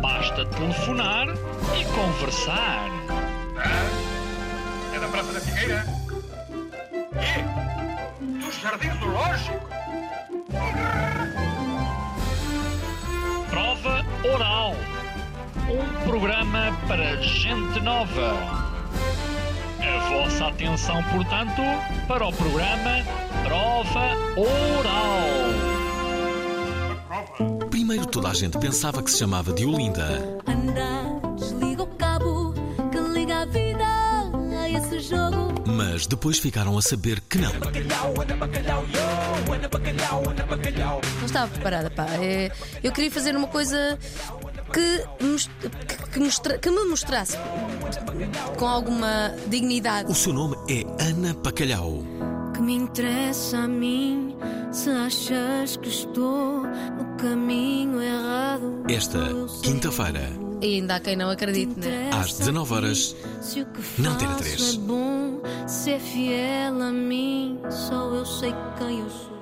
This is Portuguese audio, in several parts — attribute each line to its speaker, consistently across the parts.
Speaker 1: Basta telefonar e conversar.
Speaker 2: Hã? É da Praça da Figueira? É? E? Dos Jardins do Lógico?
Speaker 1: Prova Oral. Um programa para gente nova. A vossa atenção, portanto, para o programa Prova Oral.
Speaker 3: Primeiro toda a gente pensava que se chamava Diolinda.
Speaker 4: Anda, desliga o cabo que liga a vida a esse jogo.
Speaker 3: Mas depois ficaram a saber que não.
Speaker 4: Não estava preparada, pá. É, eu queria fazer uma coisa que, mos- que- que mostra- que me mostrasse com alguma dignidade.
Speaker 3: O seu nome é Ana Bacalhau.
Speaker 5: que me interessa a mim se achas que estou no caminho errado.
Speaker 3: Esta quinta-feira,
Speaker 4: E ainda há quem não acredite, né?
Speaker 3: às 19 horas,
Speaker 5: se o que
Speaker 3: não terá
Speaker 5: faço
Speaker 3: três.
Speaker 5: É bom ser fiel a mim, só eu sei quem eu sou.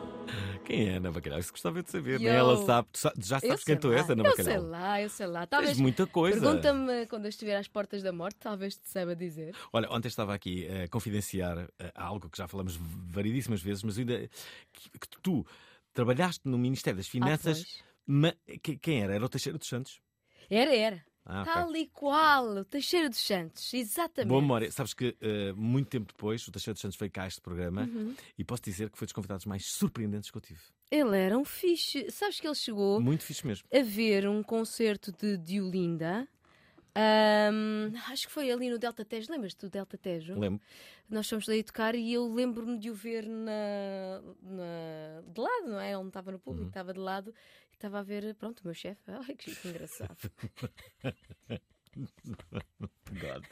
Speaker 6: Quem é Ana Bacalhau? Isso gostava de saber.
Speaker 4: Yo.
Speaker 6: Nem ela sabe. Tu sa- já sabes quem tu és, Ana
Speaker 4: eu sei
Speaker 6: Bacalhau.
Speaker 4: lá, eu sei lá.
Speaker 6: Tens
Speaker 4: Talvez
Speaker 6: muita coisa.
Speaker 4: pergunta-me quando eu estiver às portas da morte, talvez te saiba dizer.
Speaker 6: Olha, ontem estava aqui a confidenciar eh, algo que já falamos variedíssimas vezes, mas ainda que, que tu trabalhaste no Ministério das Finanças.
Speaker 4: Ah, pois.
Speaker 6: ma- que- quem era? Era o Teixeira dos Santos?
Speaker 4: Era, era.
Speaker 6: Ah, ok.
Speaker 4: Tal e qual, o Teixeira dos Santos, exatamente.
Speaker 6: Boa memória. Sabes que eh, muito tempo depois o Teixeira dos Santos veio cá a este programa
Speaker 4: Uhum.
Speaker 6: e posso dizer que foi dos convidados mais surpreendentes que eu tive.
Speaker 4: Ele era um fixe. Sabes que ele chegou
Speaker 6: Muito fixe mesmo.
Speaker 4: a ver um concerto de Diolinda. Ahm, acho que foi ali no Delta Tejo. Lembras-te do Delta Tejo?
Speaker 6: Lembro.
Speaker 4: Nós fomos daí tocar e eu lembro-me de o ver na, na- de lado, não é? Ele não estava no
Speaker 6: Uhum.
Speaker 4: público, estava de lado e estava a ver, pronto, o meu chefe. Ai, que chique, engraçado.
Speaker 6: God.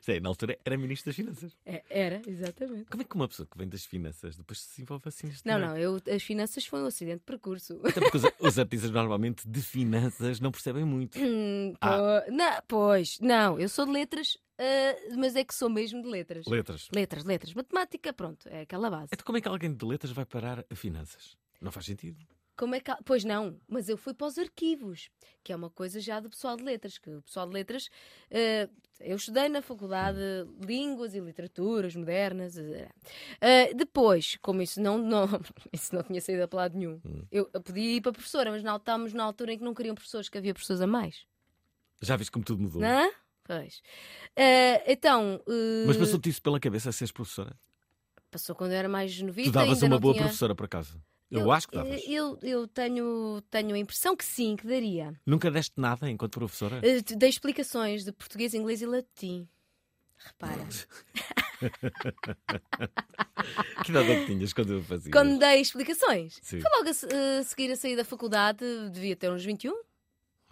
Speaker 6: Isto é, na altura era Ministro das Finanças.
Speaker 4: É, era, exatamente.
Speaker 6: Como é que uma pessoa que vem das finanças depois se envolve assim neste
Speaker 4: Não,
Speaker 6: meio?
Speaker 4: não, eu, as finanças foi um acidente de percurso.
Speaker 6: Até porque os, os artistas normalmente de finanças não percebem muito.
Speaker 4: Hum,
Speaker 6: Ah.
Speaker 4: po- não, pois, não, eu sou de letras, ah, mas é que sou mesmo de letras.
Speaker 6: Letras.
Speaker 4: Letras, letras. Matemática, pronto, é aquela base.
Speaker 6: Então como é que alguém de letras vai parar a finanças? Não faz sentido.
Speaker 4: Como é que... há- Pois não, mas eu fui para os arquivos, que é uma coisa já do pessoal de letras, que o pessoal de letras. eh, eu estudei na faculdade de Línguas e Literaturas Modernas. eh, eh, depois, como isso não, não, isso não tinha saído a lado nenhum,
Speaker 6: Hum.
Speaker 4: eu, eu podia ir para a professora, mas não estávamos na altura em que não queriam professores, que havia professores a mais.
Speaker 6: Já viste como tudo mudou.
Speaker 4: Não? é? Pois. Eh, então. eh,
Speaker 6: Mas passou-te isso pela cabeça a seres professora?
Speaker 4: passou quando eu era mais novita.
Speaker 6: tu davas
Speaker 4: ainda
Speaker 6: uma
Speaker 4: não
Speaker 6: boa
Speaker 4: tinha...
Speaker 6: professora, por acaso? Eu, acho que davas.
Speaker 4: Eu, eu tenho, tenho a impressão que sim, que daria.
Speaker 6: Nunca deste nada enquanto professora?
Speaker 4: Eh, te Dei explicações de português, inglês e latim. Repara.
Speaker 6: Que idade é que tinhas quando eu fazia?
Speaker 4: Quando dei explicações,
Speaker 6: Sim.
Speaker 4: foi logo a se- a seguir a sair da faculdade, devia ter uns 21.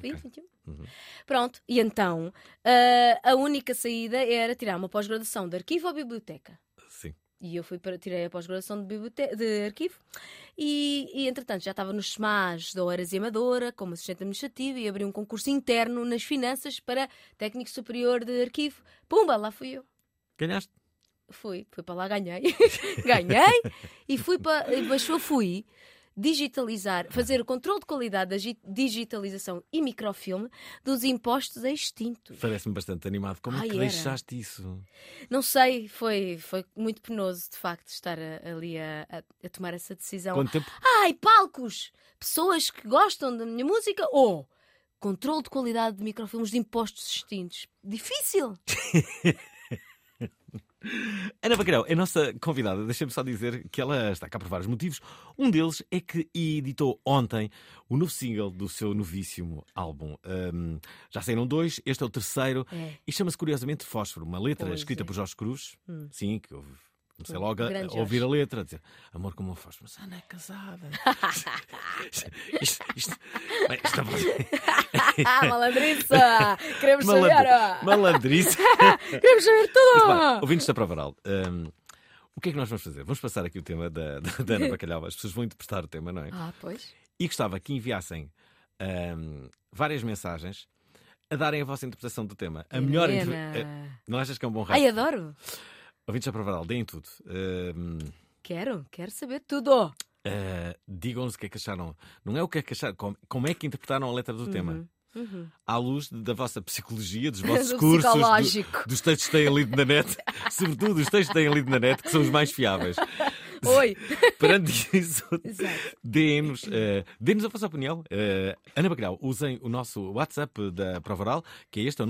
Speaker 4: 20, 21.
Speaker 6: Uhum.
Speaker 4: Pronto, e então ah, a única saída era tirar uma pós-graduação de arquivo ou biblioteca.
Speaker 6: Sim.
Speaker 4: E eu fui para, tirei a pós-graduação de, bibliote- de arquivo e, e, entretanto, já estava nos SMAs da Horas e Amadora como assistente administrativo e abri um concurso interno nas finanças para técnico superior de arquivo. Pumba, lá fui eu.
Speaker 6: Ganhaste?
Speaker 4: Fui, fui para lá, ganhei. ganhei e fui para. Mas só fui digitalizar, fazer o controle de qualidade da gi- digitalização e microfilme dos impostos a extintos.
Speaker 6: Parece-me bastante animado. Como
Speaker 4: Ai,
Speaker 6: é que
Speaker 4: era.
Speaker 6: deixaste isso?
Speaker 4: Não sei, foi, foi muito penoso de facto estar a- ali a, a- a tomar essa decisão.
Speaker 6: Quanto tempo?
Speaker 4: Ai, palcos! Pessoas que gostam da minha música ou controle de qualidade de microfilmes de impostos extintos. Difícil!
Speaker 6: Ana Bacalhau é a nossa convidada. Deixa-me só dizer que ela está cá por vários motivos. Um deles é que editou ontem o novo single do seu novíssimo álbum. Ahm, já saíram dois, este é o terceiro.
Speaker 4: É.
Speaker 6: E chama-se curiosamente Fósforo, uma letra
Speaker 4: Pois
Speaker 6: escrita
Speaker 4: é.
Speaker 6: por Jorge Cruz.
Speaker 4: Hum.
Speaker 6: Sim, que houve. Comecei
Speaker 4: Hum,
Speaker 6: logo a,
Speaker 4: grande
Speaker 6: a ouvir a letra, a dizer amor como um fósforo, mas é Ana é casada. isto, isto, bem, isto não pode-
Speaker 4: Ah, malandriça! Queremos saber!
Speaker 6: Malandri-
Speaker 4: ah!
Speaker 6: Malandrice.
Speaker 4: Queremos saber
Speaker 6: Bem,
Speaker 4: tudo!
Speaker 6: ouvintes da Provaral, hum, o que é que nós vamos fazer? Vamos passar aqui o tema da, da, da Ana Bacalhau. As pessoas vão interpretar o tema, não é?
Speaker 4: Ah, pois.
Speaker 6: E gostava que enviassem hum, várias mensagens a darem a vossa interpretação do tema. A melhor
Speaker 4: Helena.
Speaker 6: interpretação. Não achas que é um bom raio?
Speaker 4: Ai, adoro!
Speaker 6: Ouvintes da Provaral, deem tudo. Hum,
Speaker 4: Quero, quero saber tudo!
Speaker 6: ah, Digam-nos o que é que acharam. Não é o que é que acharam, como, como é que interpretaram a letra do tema.
Speaker 4: Uhum.
Speaker 6: À luz da vossa psicologia, dos vossos
Speaker 4: Do
Speaker 6: cursos, do-
Speaker 4: psicológico.
Speaker 6: dos textos que têm lido na net, sobretudo os textos que têm lido na net, que são os mais fiáveis.
Speaker 4: Oi!
Speaker 6: Perante isso,
Speaker 4: Exato.
Speaker 6: dê-nos eh, dê-nos a vossa opinião. Eh, Ana Bacalhau, usem o nosso WhatsApp da Provaral, que é este, é o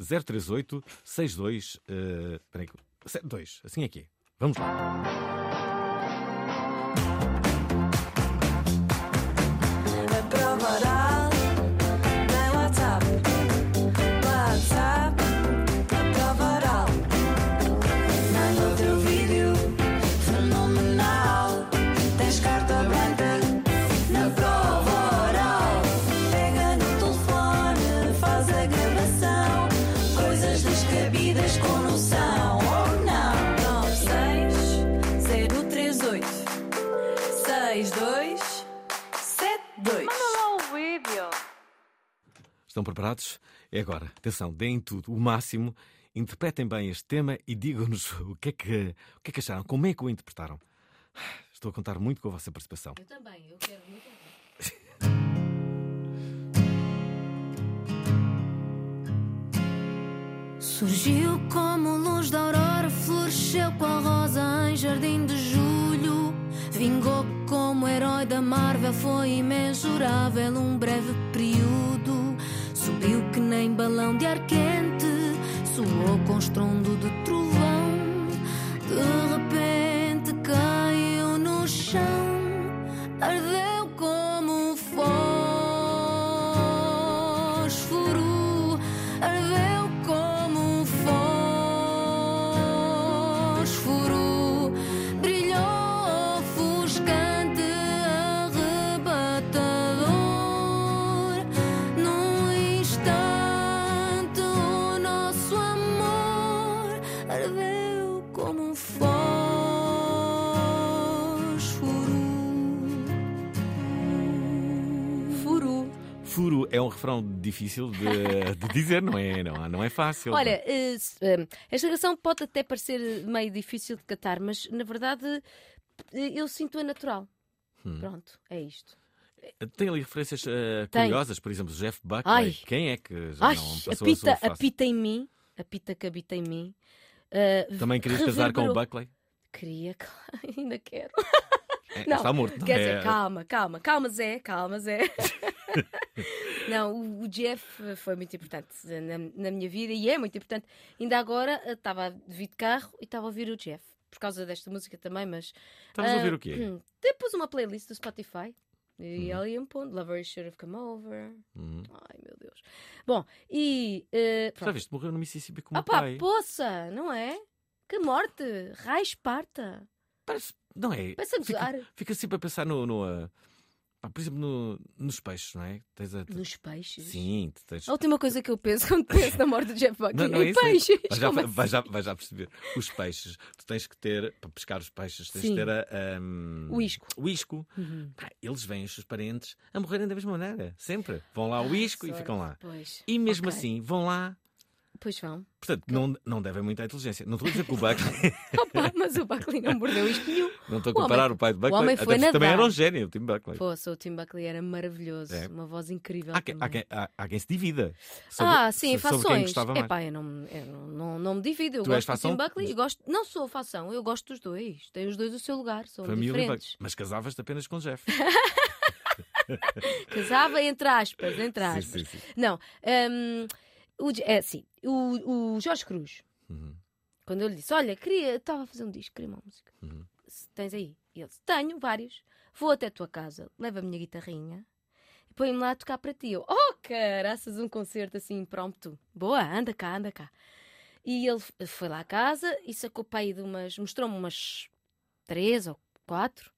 Speaker 6: 9603862. Uh, peraí, 72, assim aqui. Vamos lá.
Speaker 5: Provaral, tem WhatsApp, WhatsApp, a Provaral. Manda o teu vídeo, fenomenal. Tens carta branca na prova oral. Pega no telefone, faz a gravação. Coisas descabidas com noção ou não. 96038 62 72.
Speaker 6: Estão preparados? É agora. Atenção, deem tudo, o máximo. Interpretem bem este tema e digam-nos o, que é que, o que é que acharam, como é que o interpretaram. Estou a contar muito com a vossa participação.
Speaker 4: Eu também, eu quero muito.
Speaker 5: Surgiu como luz da aurora, floresceu qual rosa em jardim de julho. Vingou como herói da Marvel, foi imensurável um breve período. Subiu que nem balão de ar quente, soou com estrondo de trovão. De repente caiu no chão ardeu como um fósforo, ardeu como um fósforo, brilhou ofuscante, arrebatador. Num instante, o nosso amor ardeu como um fósforo.
Speaker 4: Furu.
Speaker 6: Furo é um refrão difícil de, de dizer, não é? Não, não é fácil.
Speaker 4: Olha, eh, s- eh, esta canção pode até parecer eh, meio difícil de catar, mas na verdade eh, eu sinto-a natural.
Speaker 6: Hum.
Speaker 4: Pronto, é isto.
Speaker 6: Tem ali referências eh,
Speaker 4: Tem.
Speaker 6: curiosas, por exemplo, Jeff Buckley.
Speaker 4: Ai.
Speaker 6: Quem é que já
Speaker 4: Ai,
Speaker 6: não passou
Speaker 4: apita,
Speaker 6: a sua fase?
Speaker 4: apita em mim, apita que habita em mim. Eh,
Speaker 6: Também querias casar com o
Speaker 4: reverberou-
Speaker 6: Buckley?
Speaker 4: Queria, claro, ainda quero.
Speaker 6: É,
Speaker 4: Não,
Speaker 6: Está morto. não
Speaker 4: Quer
Speaker 6: é?
Speaker 4: dizer, assim, calma, calma, calma, Zé, calma, Zé. Não, o- o Jeff foi muito importante na, na minha vida e é muito importante. Ainda agora eh, estava a vir de carro e estava a ouvir o Jeff, por causa desta música também, mas.
Speaker 6: Estavas a
Speaker 4: ah,
Speaker 6: ouvir o quê? Uhum.
Speaker 4: hum, Depois uma playlist do Spotify e um ela ia-me pondo Lovers Should Have Come Over.
Speaker 6: Hum.
Speaker 4: Ai meu Deus. Bom, e. eh,
Speaker 6: Já
Speaker 4: pronto.
Speaker 6: viste, morreu no Mississippi com o
Speaker 4: Ah
Speaker 6: meu
Speaker 4: pá,
Speaker 6: pai.
Speaker 4: poça, não é? Que morte! Raio Esparta!
Speaker 6: Parece- não é?
Speaker 4: Pensa a
Speaker 6: fica,
Speaker 4: gozar
Speaker 6: fica sempre a pensar no. no, ah, pá, por exemplo, no- nos peixes, não é? Tens a-
Speaker 4: nos peixes.
Speaker 6: Sim, tu tens.
Speaker 4: A última coisa que eu penso quando penso na morte do Jeff Buckley
Speaker 6: Não, não é
Speaker 4: é em
Speaker 6: isso, é-
Speaker 4: peixes.
Speaker 6: Vais já,
Speaker 4: Como assim?
Speaker 6: vais já- vais já perceber. Os peixes, tu tens que ter, para pescar os peixes, tens
Speaker 4: Sim.
Speaker 6: que ter a, ahm,
Speaker 4: O isco.
Speaker 6: O isco.
Speaker 4: Uhum.
Speaker 6: Pá, eles veem os seus parentes a morrerem da mesma maneira, sempre. Vão lá ao
Speaker 4: Ai,
Speaker 6: isco e
Speaker 4: sorte.
Speaker 6: ficam lá.
Speaker 4: Pois.
Speaker 6: E mesmo
Speaker 4: Ok.
Speaker 6: assim, vão lá.
Speaker 4: Pois vão.
Speaker 6: Portanto, não, não devem muita inteligência. Não estou a dizer que o Buckley.
Speaker 4: Opa, mas o Buckley não mordeu isto nenhum.
Speaker 6: não estou a
Speaker 4: O homem-
Speaker 6: comparar o, pai de Buckley.
Speaker 4: homem
Speaker 6: até
Speaker 4: foi
Speaker 6: porque também
Speaker 4: nadar.
Speaker 6: era um gênio, o Tim Buckley.
Speaker 4: Poxa, o Tim Buckley era maravilhoso.
Speaker 6: É.
Speaker 4: Uma voz incrível.
Speaker 6: Há quem, há
Speaker 4: também.
Speaker 6: quem- há- há quem se divida. sobre-
Speaker 4: ah, sim, em
Speaker 6: sobre
Speaker 4: fações.
Speaker 6: quem gostava mais.
Speaker 4: Epá, eu não, eu não, não, não me divido. Eu
Speaker 6: Tu és
Speaker 4: gosto do
Speaker 6: fação?
Speaker 4: Tim Buckley e gosto. Não sou fação, eu gosto dos dois. Tem os dois o seu lugar, são
Speaker 6: Para mim, o Tim
Speaker 4: diferentes.
Speaker 6: Buckley. Mas casavas-te apenas com o Jeff.
Speaker 4: Casava entre aspas, entre
Speaker 6: sim,
Speaker 4: aspas.
Speaker 6: sim, sim.
Speaker 4: Não. hum, o, Je- é assim, o, o Jorge Cruz,
Speaker 6: Uhum.
Speaker 4: quando eu lhe disse: Olha, queria, estava a fazer um disco, queria uma música.
Speaker 6: Uhum.
Speaker 4: Se tens aí? E ele disse: Tenho vários. Vou até a tua casa, levo a minha guitarrinha e põe-me lá a tocar para ti. Eu, oh, caraças, um concerto assim impromptu. Boa, anda cá, anda cá. E ele f- foi lá à casa e sacou para aí de umas. mostrou-me umas três ou quatro.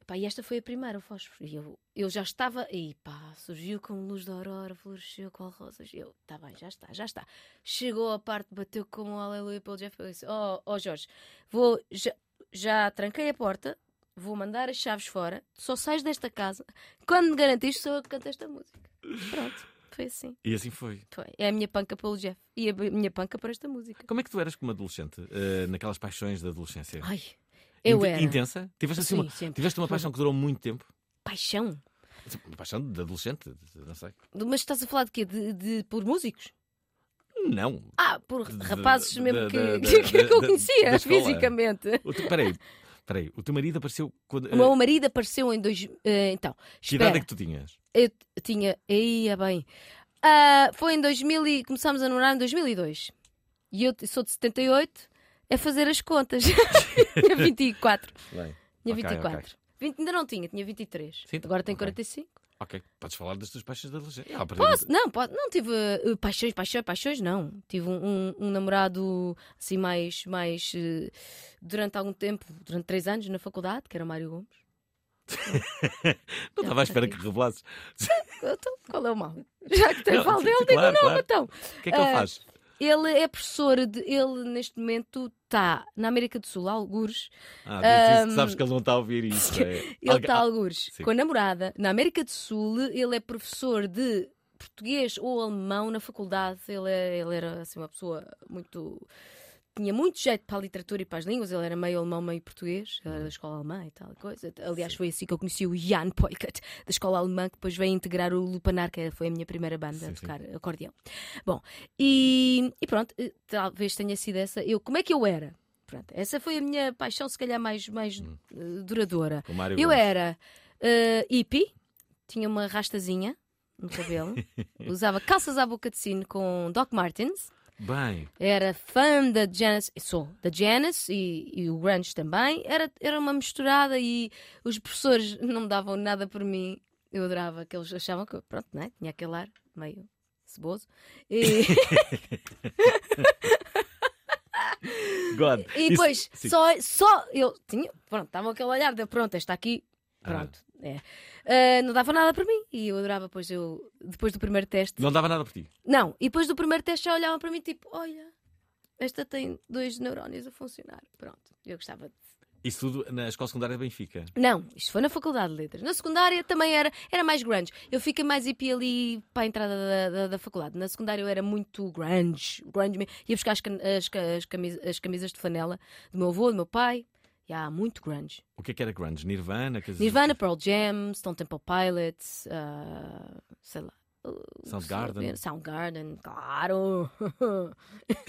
Speaker 4: Pá, Pá, e esta foi a primeira, o fósforo. E eu, eu já estava. E pá, surgiu como luz da aurora, floresceu com rosas. E eu, tá bem, já está, já está. Chegou a parte, bateu com um aleluia pelo Jeff. Eu disse: Oh, oh Jorge, vou. Já, já tranquei a porta, vou mandar as chaves fora, só sais desta casa quando me garantires que sou eu que canto esta música. Pronto, foi assim.
Speaker 6: E assim foi.
Speaker 4: Foi. É a minha panca pelo Jeff e a minha panca para esta música.
Speaker 6: Como é que tu eras como adolescente, eh, naquelas paixões da adolescência?
Speaker 4: Ai, eu
Speaker 6: Inten-
Speaker 4: era.
Speaker 6: Intensa? Tiveste, assim
Speaker 4: Sim,
Speaker 6: uma,
Speaker 4: sempre.
Speaker 6: tiveste uma paixão que durou muito tempo?
Speaker 4: Paixão?
Speaker 6: Uma paixão de adolescente? Não sei.
Speaker 4: Mas estás a falar de quê? De, de- por músicos?
Speaker 6: Não.
Speaker 4: Ah, por
Speaker 6: De-
Speaker 4: rapazes
Speaker 6: de-
Speaker 4: mesmo
Speaker 6: de-
Speaker 4: que,
Speaker 6: de-
Speaker 4: que eu
Speaker 6: de-
Speaker 4: conhecia
Speaker 6: da escola.
Speaker 4: fisicamente.
Speaker 6: O teu- Peraí, peraí. O teu marido apareceu quando.
Speaker 4: O
Speaker 6: eh,
Speaker 4: meu marido apareceu em dois. eh, então,
Speaker 6: que idade é
Speaker 4: espera,
Speaker 6: que tu tinhas?
Speaker 4: eu t- tinha. Aí, é bem. Ah, foi em 2000 e começámos a namorar em 2002. E eu t- sou de 78, é fazer as contas. tinha 24.
Speaker 6: Bem.
Speaker 4: Tinha
Speaker 6: Ok,
Speaker 4: 24.
Speaker 6: ok.
Speaker 4: 20 ainda não tinha, tinha 23.
Speaker 6: Sim,
Speaker 4: Agora tenho
Speaker 6: ok.
Speaker 4: 45.
Speaker 6: Ok, podes falar das tuas paixões da adolescência. Ah, a partir
Speaker 4: Posso?
Speaker 6: de-
Speaker 4: Não, pode, não tive eh, paixões, paixões, paixões, não. Tive um, um- um namorado assim mais, mais eh, durante algum tempo, durante três anos na faculdade, que era o Mário Gomes.
Speaker 6: Não estava à espera que revelasses.
Speaker 4: Então, qual é o mal? Já que tenho
Speaker 6: Não,
Speaker 4: falo
Speaker 6: sim,
Speaker 4: dele,
Speaker 6: sim,
Speaker 4: digo
Speaker 6: claro,
Speaker 4: não,
Speaker 6: claro.
Speaker 4: então.
Speaker 6: O que é que ele
Speaker 4: Ah,
Speaker 6: faz?
Speaker 4: Ele é professor de. Ele neste momento está na América do Sul, algures.
Speaker 6: Ah, diz isso que
Speaker 4: ahm,
Speaker 6: sabes que ele não está a ouvir isso. É...
Speaker 4: Ele
Speaker 6: Alguém-
Speaker 4: está a
Speaker 6: Ah,
Speaker 4: algures
Speaker 6: sim.
Speaker 4: com a namorada na América do Sul. Ele é professor de português ou alemão na faculdade. Ele, é- ele era assim, uma pessoa muito. Tinha muito jeito para a literatura e para as línguas. Ele era meio alemão, meio português. Ele era da escola alemã e tal coisa. Aliás, foi assim que eu conheci o Jan Poikat, da escola alemã, que depois veio integrar o Lupanar, que foi a minha primeira banda a
Speaker 6: Sim, sim.
Speaker 4: tocar acordeão. Bom, e, e pronto, eh, talvez tenha sido essa. Eu, como é que eu era? Pronto, essa foi a minha paixão, se calhar, mais, mais
Speaker 6: Hum.
Speaker 4: eh, duradoura.
Speaker 6: ah, o Mário
Speaker 4: Eu
Speaker 6: Gomes.
Speaker 4: era eh, hippie, tinha uma rastazinha no cabelo, usava calças à boca de sino com Doc Martens,
Speaker 6: Bem,
Speaker 4: era fã da Janis, sou da Janis e, e o Grunge também, era, era uma misturada e os professores não me davam nada por mim, eu adorava, que eles achavam que, eu, pronto, né? tinha aquele ar meio ceboso. E,
Speaker 6: God.
Speaker 4: e
Speaker 6: isso-
Speaker 4: depois,
Speaker 6: sim.
Speaker 4: só, só eu tinha, pronto, estava aquele olhar de pronto, esta aqui,
Speaker 6: Ah.
Speaker 4: pronto, é. Ah, não dava nada para mim e eu adorava, pois eu, depois do primeiro teste, não.
Speaker 6: Não dava nada por ti.
Speaker 4: e depois do primeiro teste já olhavam para mim tipo, olha, esta tem dois neurónios a funcionar, pronto, eu gostava de.
Speaker 6: Isso tudo na escola secundária de Benfica.
Speaker 4: Não, isto foi na Faculdade de Letras. Na secundária também era, era mais grunge. Eu fiquei mais hippie ali para a entrada da, da- da faculdade. Na secundária eu era muito grunge. grunge mesmo. Ia buscar as, can- as ca- as camis- as camisas de flanela do meu avô, do meu pai. E há muito grunge.
Speaker 6: O que é que era grunge? Nirvana? coisas assim.
Speaker 4: Nirvana,
Speaker 6: do
Speaker 4: Pearl Jam, Stone Temple Pilots, ah, sei lá. o- o-
Speaker 6: Soundgarden.
Speaker 4: Soundgarden, claro.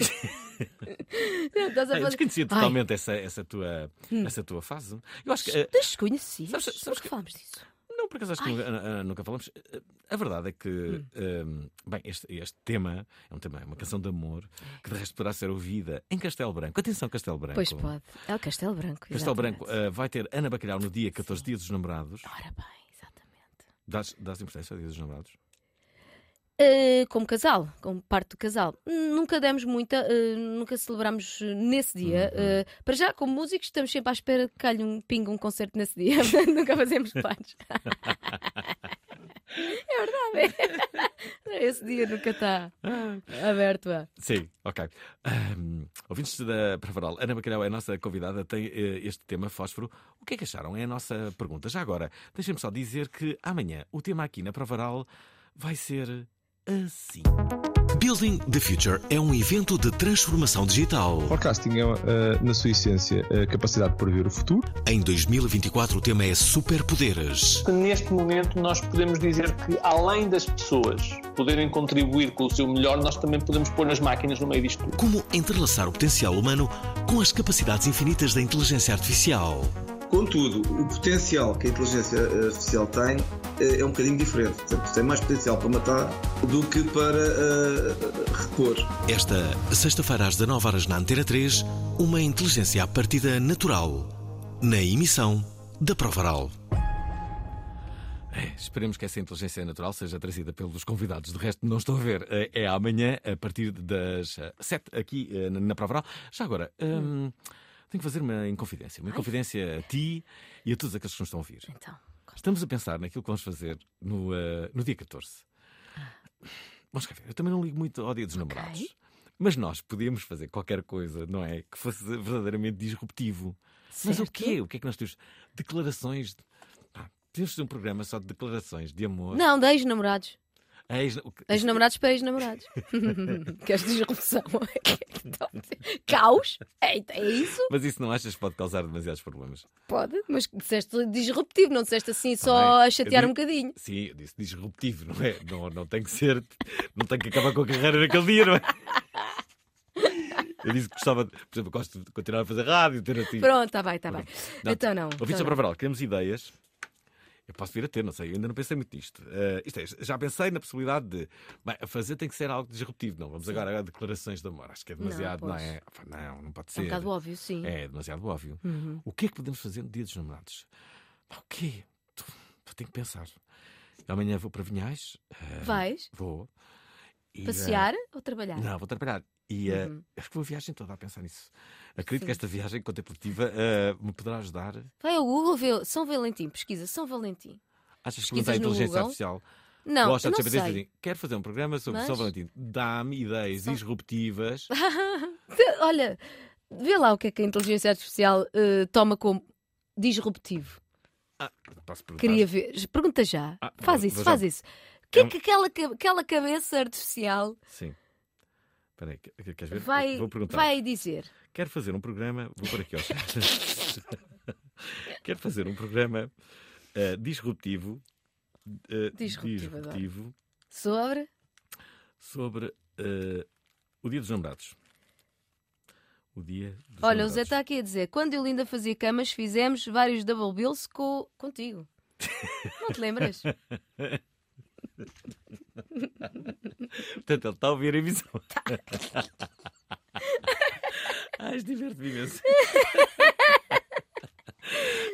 Speaker 4: Estás
Speaker 6: tipo? Ah,
Speaker 4: a
Speaker 6: eu
Speaker 4: fazer...
Speaker 6: desconhecia
Speaker 4: Ai. Hum.
Speaker 6: totalmente essa, essa, tua, essa tua fase. Eu acho que. eh,
Speaker 4: Desconheci.
Speaker 6: Sabes-
Speaker 4: Sabes,
Speaker 6: sabes
Speaker 4: que
Speaker 6: que-
Speaker 4: falámos disso?
Speaker 6: Não, por acaso acho que nunca, ah, ah, nunca falamos. Ah, A verdade é que,
Speaker 4: Hum.
Speaker 6: ah, bem, este, este tema é um tema, é uma canção de amor que de resto poderá ser ouvida em Castelo Branco. Atenção, Castelo Branco.
Speaker 4: Pois pode. É o Castelo Branco.
Speaker 6: Castelo
Speaker 4: exatamente.
Speaker 6: Branco ah, vai ter Ana Bacalhau no dia 14 Dias dos Namorados.
Speaker 4: Ora bem, exatamente.
Speaker 6: Dás, dás importância ao Dia dos Namorados?
Speaker 4: Eh, como casal, como parte do casal. Nunca demos muita, eh, nunca celebramos eh, nesse dia. Eh, para já, como músicos, estamos sempre à espera que calhe um pingo, um concerto nesse dia. nunca fazemos planos. é verdade. é. Esse dia nunca está aberto a.
Speaker 6: Sim, ok. Ahm, ouvintes da Pravaral, Ana Bacalhau é a nossa convidada, tem eh, este tema fósforo. O que é que acharam? É a nossa pergunta. Já agora, deixem-me só dizer que amanhã o tema aqui na Pravaral vai ser assim.
Speaker 3: Building the Future é um evento de transformação digital.
Speaker 7: Forecasting é, eh, na sua essência, a capacidade de prever o futuro.
Speaker 3: Em 2024 o tema é superpoderes.
Speaker 8: neste momento nós podemos dizer que além das pessoas poderem contribuir com o seu melhor, nós também podemos pôr as máquinas no meio disto tudo.
Speaker 3: Como entrelaçar o potencial humano com as capacidades infinitas da inteligência artificial.
Speaker 9: Contudo, o potencial que a inteligência artificial tem eh, é um bocadinho diferente. Portanto, tem mais potencial para matar do que para eh, repor.
Speaker 3: Esta sexta-feira às 19 horas na Antena 3, uma inteligência à partida natural. Na emissão da Provaral.
Speaker 6: É, Esperemos que essa inteligência natural seja trazida pelos convidados. De resto, não estou a ver. Eh, É eh, amanhã, a partir das 7, aqui eh, na na Pravaral. Já agora, ahm, Tenho que fazer uma inconfidência. Uma inconfidência a ti e a todos aqueles que nos estão a ouvir.
Speaker 4: Então,
Speaker 6: Estamos a pensar naquilo que vamos fazer no, eh, no dia 14. Vamos cá ver, eu também não ligo muito ao dia dos namorados. Mas nós podíamos fazer qualquer coisa, não é? Que fosse verdadeiramente disruptivo. Mas o
Speaker 4: Certo.
Speaker 6: quê? O que é que nós temos? Declarações. De... Pá, podemos fazer um programa só de declarações de amor.
Speaker 4: não, de ex-namorados.
Speaker 6: Ex- o que-
Speaker 4: Ex-namorados para ex-namorados. Queres disrupção? Então, Caos? Eita, é isso?
Speaker 6: Mas isso não achas que pode causar demasiados problemas?
Speaker 4: Pode, mas disseste disruptivo, não disseste assim
Speaker 6: Tá
Speaker 4: só
Speaker 6: bem.
Speaker 4: a chatear
Speaker 6: Eu
Speaker 4: um
Speaker 6: digo-
Speaker 4: bocadinho.
Speaker 6: Sim, eu disse disruptivo, não é? Não, não tem que ser. Não tem que acabar com a carreira naquele dia, não é? Eu disse que gostava, de, por exemplo, gosto de continuar a fazer rádio, ter assim.
Speaker 4: Pronto, está bem, está bem.
Speaker 6: Não.
Speaker 4: Então não.
Speaker 6: Ouvintes
Speaker 4: então
Speaker 6: da Provaral, queremos ideias. Eu posso vir a ter, não sei, eu ainda não pensei muito nisto. Eh, isto é, já pensei na possibilidade de. Bem, a fazer tem que ser algo disruptivo, não. Vamos agora a declarações de amor. Acho que é
Speaker 4: Não,
Speaker 6: demasiado, não,
Speaker 4: pois.
Speaker 6: é? Pá, Não, não pode
Speaker 4: não. É
Speaker 6: ser.
Speaker 4: um bocado óbvio, sim. Uhum.
Speaker 6: É demasiado óbvio. O que é que podemos fazer no dia dos namorados? Pá, O quê? Tu- tu Tenho que pensar. Amanhã vou para Vinhais. eh,
Speaker 4: Vais
Speaker 6: Vou. E, eh,
Speaker 4: passear Uhum. ou trabalhar?
Speaker 6: Não, vou trabalhar. E eh, acho que uma viagem toda a pensar nisso. Acredito que esta viagem contemplativa eh, me poderá ajudar.
Speaker 4: Vai ao Google, vê São Valentim, pesquisa São Valentim.
Speaker 6: Achas que não tem
Speaker 4: Pesquisas no
Speaker 6: inteligência
Speaker 4: Google?
Speaker 6: artificial?
Speaker 4: Não,
Speaker 6: Gosta
Speaker 4: eu
Speaker 6: de
Speaker 4: não
Speaker 6: saber
Speaker 4: sei.
Speaker 6: assim, Quero fazer um programa sobre
Speaker 4: Mas-
Speaker 6: São Valentim. Dá-me ideias disruptivas.
Speaker 4: Olha, vê lá o que é que a inteligência artificial eh, toma como disruptivo.
Speaker 6: Posso perguntar?
Speaker 4: Queria ver. Pergunta já.
Speaker 6: Ah,
Speaker 4: faz
Speaker 6: vou-
Speaker 4: isso,
Speaker 6: vou já.
Speaker 4: faz isso. O que
Speaker 6: É
Speaker 4: é
Speaker 6: um-
Speaker 4: que aquela, ca- aquela cabeça artificial
Speaker 6: Sim. Espera aí, que- queres ver?
Speaker 4: vai,
Speaker 6: Vou perguntar.
Speaker 4: vai dizer?
Speaker 6: Quero fazer um programa. Vou por aqui, ó. Quero fazer um programa eh, disruptivo. eh,
Speaker 4: Disruptivo, adoro.
Speaker 6: disruptivo
Speaker 4: Sobre.
Speaker 6: sobre eh, o Dia dos Namorados. O Dia dos
Speaker 4: Olha, o
Speaker 6: Namorados.
Speaker 4: Zé tá- está aqui a dizer: quando eu linda fazia camas, fizemos vários double bills co... contigo. Não te lembras?
Speaker 6: Tá. Portanto, ele está a ouvir a emissão. Ai, isto diverte-me imenso.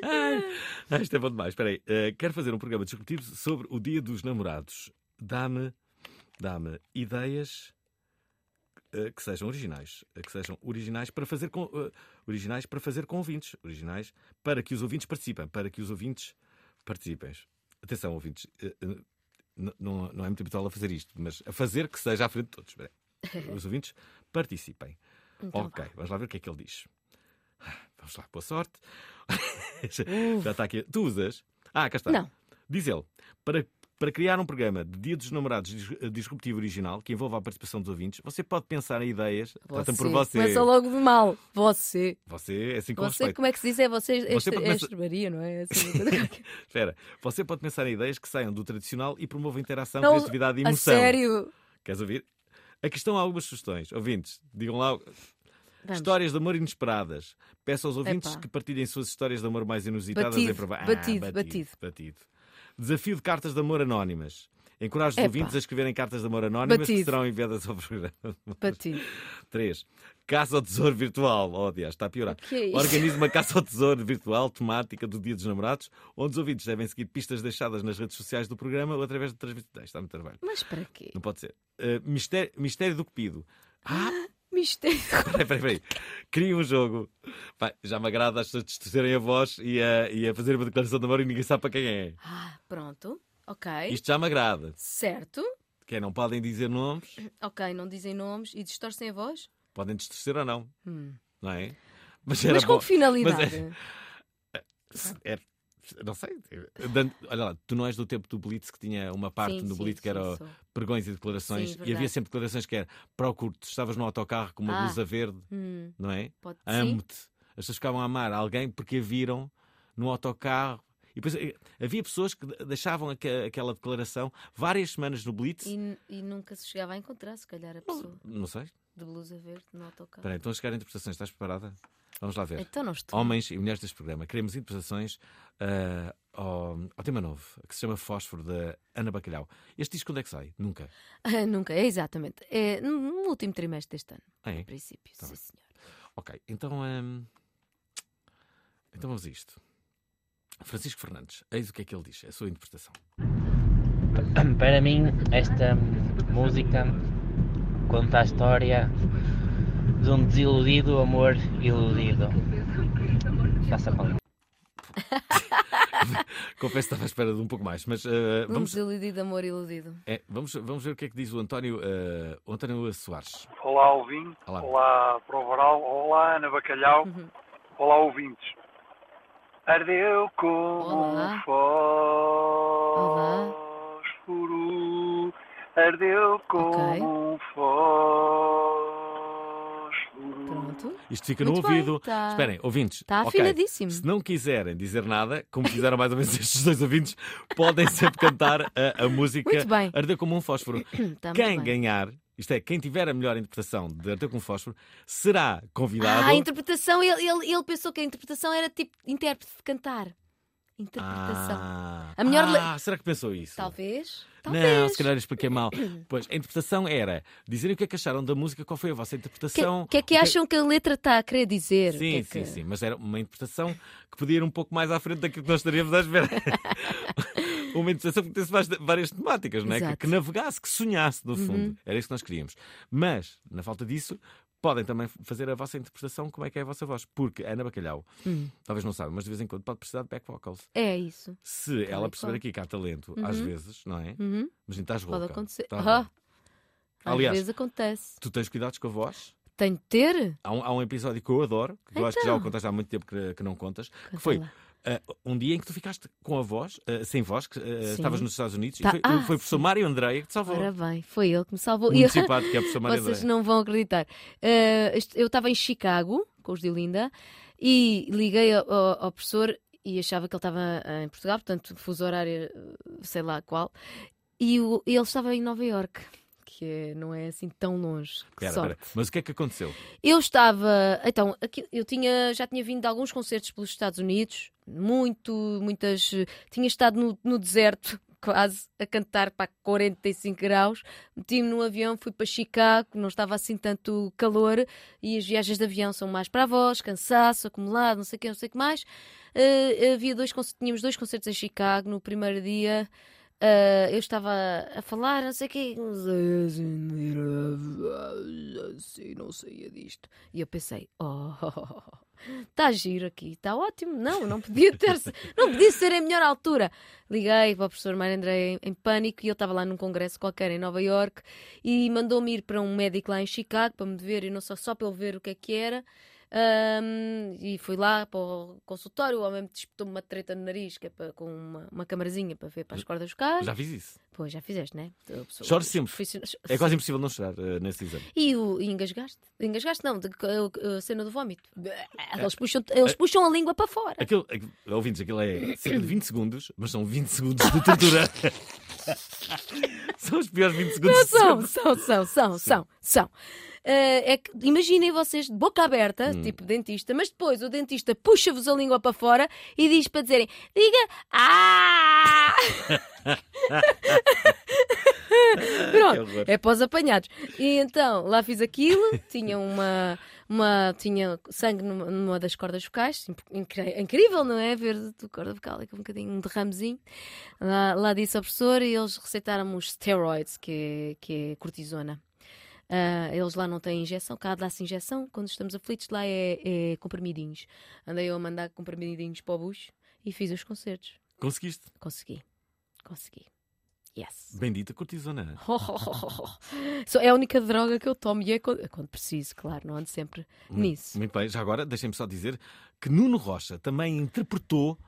Speaker 6: Ai, ai, isto é bom demais. Espera aí. Eh, quero fazer um programa disruptivo sobre o Dia dos Namorados. Dá-me dá-me ideias eh, que sejam originais. eh, que sejam originais para fazer com. eh, originais para fazer com ouvintes. Originais para que os ouvintes participem. Para que os ouvintes participem. Atenção, ouvintes. eh, eh, N- não, não é muito habitual a fazer isto, mas a fazer que seja à frente de todos. Espera aí. Os ouvintes participem. ok, vamos lá ver o que é que ele diz. Ah, Vamos lá, boa sorte. já, já está aqui. Tu usas? Ah, cá está.
Speaker 4: Não.
Speaker 6: Diz ele, para, para criar um programa de Dia dos Namorados dis- eh, disruptivo original, que envolva a participação dos ouvintes, você pode pensar em ideias. Tratam por você.
Speaker 4: Começa logo de mal. Você.
Speaker 6: Você é assim com
Speaker 4: Você,
Speaker 6: respeito.
Speaker 4: como é que se diz? É você,
Speaker 6: Você
Speaker 4: este,
Speaker 6: começa-
Speaker 4: estrebaria, não é? É assim uma coisa qualquer.
Speaker 6: Espera, você pode pensar em ideias que saiam do tradicional e promovam interação,
Speaker 4: Não,
Speaker 6: criatividade e
Speaker 4: a
Speaker 6: emoção.
Speaker 4: sério.
Speaker 6: Queres ouvir? Aqui estão algumas sugestões. Ouvintes, digam lá.
Speaker 4: Vamos.
Speaker 6: Histórias de amor inesperadas. Peço aos ouvintes
Speaker 4: Epá.
Speaker 6: que partilhem suas histórias de amor mais inusitadas
Speaker 4: Batido,
Speaker 6: em prova- Ah,
Speaker 4: batido, batido.
Speaker 6: batido. Desafio de cartas de amor anónimas. Encorajo os
Speaker 4: Epá.
Speaker 6: ouvintes a escreverem cartas de amor anónimas que
Speaker 4: Batido.
Speaker 6: serão enviadas ao programa.
Speaker 4: Batido.
Speaker 6: 3. Caça ao tesouro virtual. Oh, aliás, está a piorar.
Speaker 4: O que é isso?
Speaker 6: Organize uma caça ao tesouro virtual temática do Dia dos Namorados, onde os ouvintes devem seguir pistas deixadas nas redes sociais do programa ou através de transmissões. Está muito trabalho.
Speaker 4: Mas para quê?
Speaker 6: Não pode ser. Uh, mistério, mistério do Cupido. Ah,
Speaker 4: Mistério.
Speaker 6: peraí, peraí, peraí. Cria um jogo. Pá, já me agrada as pessoas distorcerem a voz e a, e a fazer uma declaração de amor e ninguém sabe para quem é.
Speaker 4: Ah, pronto. Ok.
Speaker 6: Isto já me agrada.
Speaker 4: Certo.
Speaker 6: Quem não podem dizer nomes,
Speaker 4: Ok, não dizem nomes e distorcem a voz.
Speaker 6: podem distorcer ou não.
Speaker 4: Hum.
Speaker 6: Não é? Mas,
Speaker 4: Mas com
Speaker 6: Mas
Speaker 4: que finalidade?
Speaker 6: é- É, não sei. Dan- Olha lá, tu não és do tempo do Blitz que tinha uma parte
Speaker 4: Sim,
Speaker 6: no
Speaker 4: sim,
Speaker 6: Blitz que era
Speaker 4: sim,
Speaker 6: o
Speaker 4: sou.
Speaker 6: pregões e declarações
Speaker 4: Sim,
Speaker 6: e havia
Speaker 4: verdade.
Speaker 6: sempre declarações que era para o curto, tu estavas no autocarro com uma
Speaker 4: Ah.
Speaker 6: blusa verde,
Speaker 4: Hum,
Speaker 6: não é?
Speaker 4: pode ser.
Speaker 6: Amo-te. As pessoas ficavam a amar alguém porque a viram no autocarro. E depois, eh, havia pessoas que de- deixavam aque- aquela declaração várias semanas no Blitz.
Speaker 4: E, n- e nunca se chegava a encontrar, se calhar, a pessoa
Speaker 6: Não sei.
Speaker 4: de blusa verde no autocarro.
Speaker 6: Espera aí, estão a chegar interpretações. Estás preparada? Vamos lá ver.
Speaker 4: Então não estou.
Speaker 6: Homens e mulheres deste programa, queremos interpretações ah, ao, ao tema novo, que se chama Fósforo, da Ana Bacalhau. Este disco quando é que sai? Nunca.
Speaker 4: Ah, Nunca, é exatamente. É no- no último trimestre deste ano,
Speaker 6: Ah, é?
Speaker 4: em princípio.
Speaker 6: Tá
Speaker 4: sim,
Speaker 6: bem.
Speaker 4: senhor.
Speaker 6: Ok, então. ahm, Então vamos a isto. Francisco Fernandes, eis o que é que ele diz, a sua interpretação.
Speaker 10: Para mim, esta música conta a história de um desiludido amor iludido. Passa a palavra.
Speaker 6: Confesso que estava à espera de um pouco mais, mas uh,
Speaker 4: Um
Speaker 6: vamos,
Speaker 4: desiludido, amor iludido.
Speaker 6: é, vamos, vamos ver o que é que diz o António, uh, o António Soares.
Speaker 2: Olá, Alvin.
Speaker 6: Olá.
Speaker 2: Olá, Provaral. Olá, Ana Bacalhau.
Speaker 11: Uhum.
Speaker 2: Olá, ouvintes. Ardeu como um fósforo. Ardeu como um fósforo.
Speaker 4: Pronto.
Speaker 6: Isto fica no
Speaker 4: Muito bem,
Speaker 6: ouvido.
Speaker 4: tá-
Speaker 6: Esperem, ouvintes.
Speaker 4: tá
Speaker 6: ok,
Speaker 4: afinadíssimo.
Speaker 6: Se não quiserem dizer nada, como fizeram mais ou menos estes dois ouvintes, podem sempre cantar a, a música
Speaker 4: Muito bem.
Speaker 6: Ardeu como um fósforo.
Speaker 4: Tá muito
Speaker 6: quem
Speaker 4: bem.
Speaker 6: ganhar, isto é, quem tiver a melhor interpretação de Ardeu como um fósforo, será convidado.
Speaker 4: Ah, a interpretação, ele, ele, ele pensou que a interpretação era tipo intérprete de cantar. Interpretação.
Speaker 6: Ah,
Speaker 4: A melhor
Speaker 6: ah,
Speaker 4: le-
Speaker 6: será que pensou isso?
Speaker 4: Talvez.
Speaker 6: Não,
Speaker 4: Talvez.
Speaker 6: se calhar expliquei mal. Pois, a interpretação era dizerem o que é que acharam da música, qual foi a vossa
Speaker 4: Que-
Speaker 6: interpretação.
Speaker 4: O que é que acham que a letra está a querer dizer? O que
Speaker 6: Sim,
Speaker 4: é
Speaker 6: sim,
Speaker 4: que-
Speaker 6: sim, mas era uma interpretação que podia ir um pouco mais à frente daquilo que nós estaríamos à espera. uma interpretação que tivesse várias- várias temáticas, não é? Que,
Speaker 4: Exato.
Speaker 6: que navegasse, que sonhasse, no fundo.
Speaker 4: Uhum.
Speaker 6: Era isso que nós queríamos. Mas, na falta disso, podem também fazer a vossa interpretação, como é que é a vossa voz. Porque a Ana Bacalhau,
Speaker 4: Hum.
Speaker 6: talvez não saiba, mas de vez em quando pode precisar de back vocals.
Speaker 4: É isso.
Speaker 6: Se
Speaker 4: Tal
Speaker 6: ela
Speaker 4: e
Speaker 6: perceber
Speaker 4: qual.
Speaker 6: aqui que há talento, às
Speaker 4: Uhum.
Speaker 6: vezes, não é?
Speaker 4: Uhum.
Speaker 6: Imagina, estás rouca.
Speaker 4: Pode acontecer.
Speaker 6: estás
Speaker 4: Ah,
Speaker 6: rouca.
Speaker 4: às
Speaker 6: Tá Aliás,
Speaker 4: vezes acontece.
Speaker 6: Tu tens cuidados com a voz?
Speaker 4: Tenho de ter?
Speaker 6: Há um, há um episódio que eu adoro, que eu acho que já
Speaker 4: Então.
Speaker 6: o contaste há muito tempo que, que não contas, que foi
Speaker 4: lá.
Speaker 6: ah, um dia em que tu ficaste com a voz, ah, sem voz, que ah,
Speaker 4: Sim.
Speaker 6: estavas nos Estados Unidos,
Speaker 4: Tá-
Speaker 6: e foi,
Speaker 4: ah,
Speaker 6: foi o professor
Speaker 4: sim.
Speaker 6: Mário Andreia que te salvou.
Speaker 4: Ora bem, foi ele que me salvou.
Speaker 6: Muito
Speaker 4: E-
Speaker 6: simpático, é a professora Maria
Speaker 4: Vocês
Speaker 6: Andreia.
Speaker 4: não vão acreditar. Eh, est- eu estava em Chicago com os de Linda e liguei ao, ao- ao professor e achava que ele estava eh, em Portugal, portanto, fuso horário, eh, sei lá qual, e o- ele estava em Nova Iorque, que é- não é assim tão longe. Que
Speaker 6: Espera,
Speaker 4: sorte.
Speaker 6: espera. Mas o que é que aconteceu?
Speaker 4: Eu estava. Então, aqui- eu tinha, já tinha vindo de alguns concertos pelos Estados Unidos, muito, muitas. eh, Tinha estado no, no deserto, quase, a cantar para 45 graus. Meti-me num avião, fui para Chicago, não estava assim tanto calor, e as viagens de avião são mais para a voz, cansaço, acumulado, não sei o que, não sei o que mais. Eh, havia dois concertos, tínhamos dois concertos em Chicago no primeiro dia. eh, eu estava a falar, não sei o quê, assim, não saía disto. E eu pensei, oh, está giro aqui, está ótimo. Não, não podia ter não podia ser a melhor altura. Liguei para o professor Mário André em, em pânico e ele estava lá num congresso qualquer em Nova York e mandou-me ir para um médico lá em Chicago para me ver, e não só, só para eu ver o que é que era. Ahm, e fui lá para o consultório, o homem disputou-me uma treta no nariz que é para- com uma, uma camarazinha para ver para as cordas vocais.
Speaker 6: Já fiz isso.
Speaker 4: Pois, já fizeste, né? Eu sou-
Speaker 6: Choro sempre.
Speaker 4: profissionais-
Speaker 6: É quase impossível não chorar ah, nesse exame.
Speaker 4: e, o, e engasgaste? Engasgaste, não, de, a, a cena do vómito. Eles puxam, eles puxam a língua para fora.
Speaker 6: Aquilo, aquilo- ouvintes, aquilo é cerca de 20 segundos, mas são 20 segundos de tortura. são os piores 20 segundos
Speaker 4: Não,
Speaker 6: de
Speaker 4: são,
Speaker 6: sempre.
Speaker 4: são, são, são, são, são. Eh, é que, imaginem vocês de boca aberta, tipo dentista, mas depois o dentista puxa-vos a língua para fora e diz para dizerem: diga ah! Pronto,
Speaker 6: Que horror.
Speaker 4: é para os apanhados. E então lá fiz aquilo, tinha uma. Uma, tinha sangue numa, numa das cordas vocais, Incri- incrível, não é? Ver a corda vocal, aqui um bocadinho, um derramezinho. Lá, lá disse ao professor e eles receitaram-me os steroids, que é, que é cortisona. Ah, eles lá não têm injeção, cá dá-se injeção, quando estamos aflitos lá é, é comprimidinhos. Andei eu a mandar comprimidinhos para o bucho e fiz os concertos.
Speaker 6: Conseguiste?
Speaker 4: Consegui, consegui. Yes.
Speaker 6: Bendita cortisona.
Speaker 4: Só- é a única droga que eu tomo e é quando, quando preciso, claro, não ando sempre
Speaker 6: Muito-
Speaker 4: nisso.
Speaker 6: Muito bem, já agora deixem-me só dizer que Nuno Rocha também interpretou